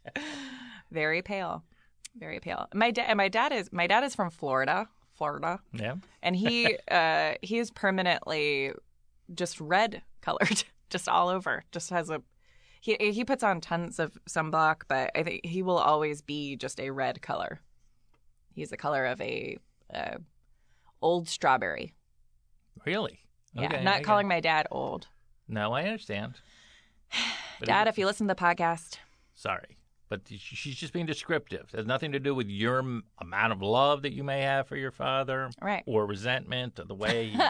C: Very pale, very pale. My da- and my dad is my dad is from Florida, Florida,
D: Yeah.
C: and
D: [LAUGHS]
C: he uh, he is permanently just red colored, [LAUGHS] just all over. Just has a he he puts on tons of sunblock, but I think he will always be just a red color. He's the color of a uh, old strawberry.
D: Really?
C: Yeah,
D: Okay,
C: not
D: I
C: calling
D: got-
C: my dad old.
D: No, I understand. [SIGHS] But
C: dad,
D: it-
C: if you listen to the podcast,
D: Sorry, but sh- she's just being descriptive. It has nothing to do with your m- amount of love that you may have for your father,
C: right?
D: or resentment, or the way he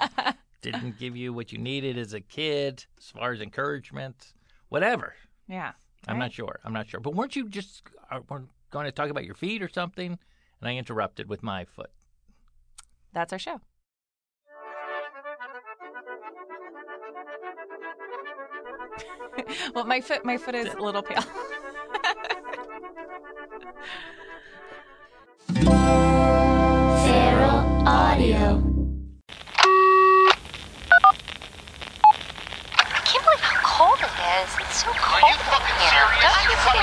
D: didn't give you what you needed as a kid, as far as encouragement, whatever.
C: yeah,
D: I'm
C: Right.
D: not sure. I'm not sure. But weren't you just are, weren't going to talk about your feet or something? And I interrupted with my foot.
C: that's our show. [LAUGHS] well, my foot, my foot is a little pale.
B: Feral Audio.
F: I can't believe how cold it is. It's so cold. Are you fucking here. serious? Don't you fucking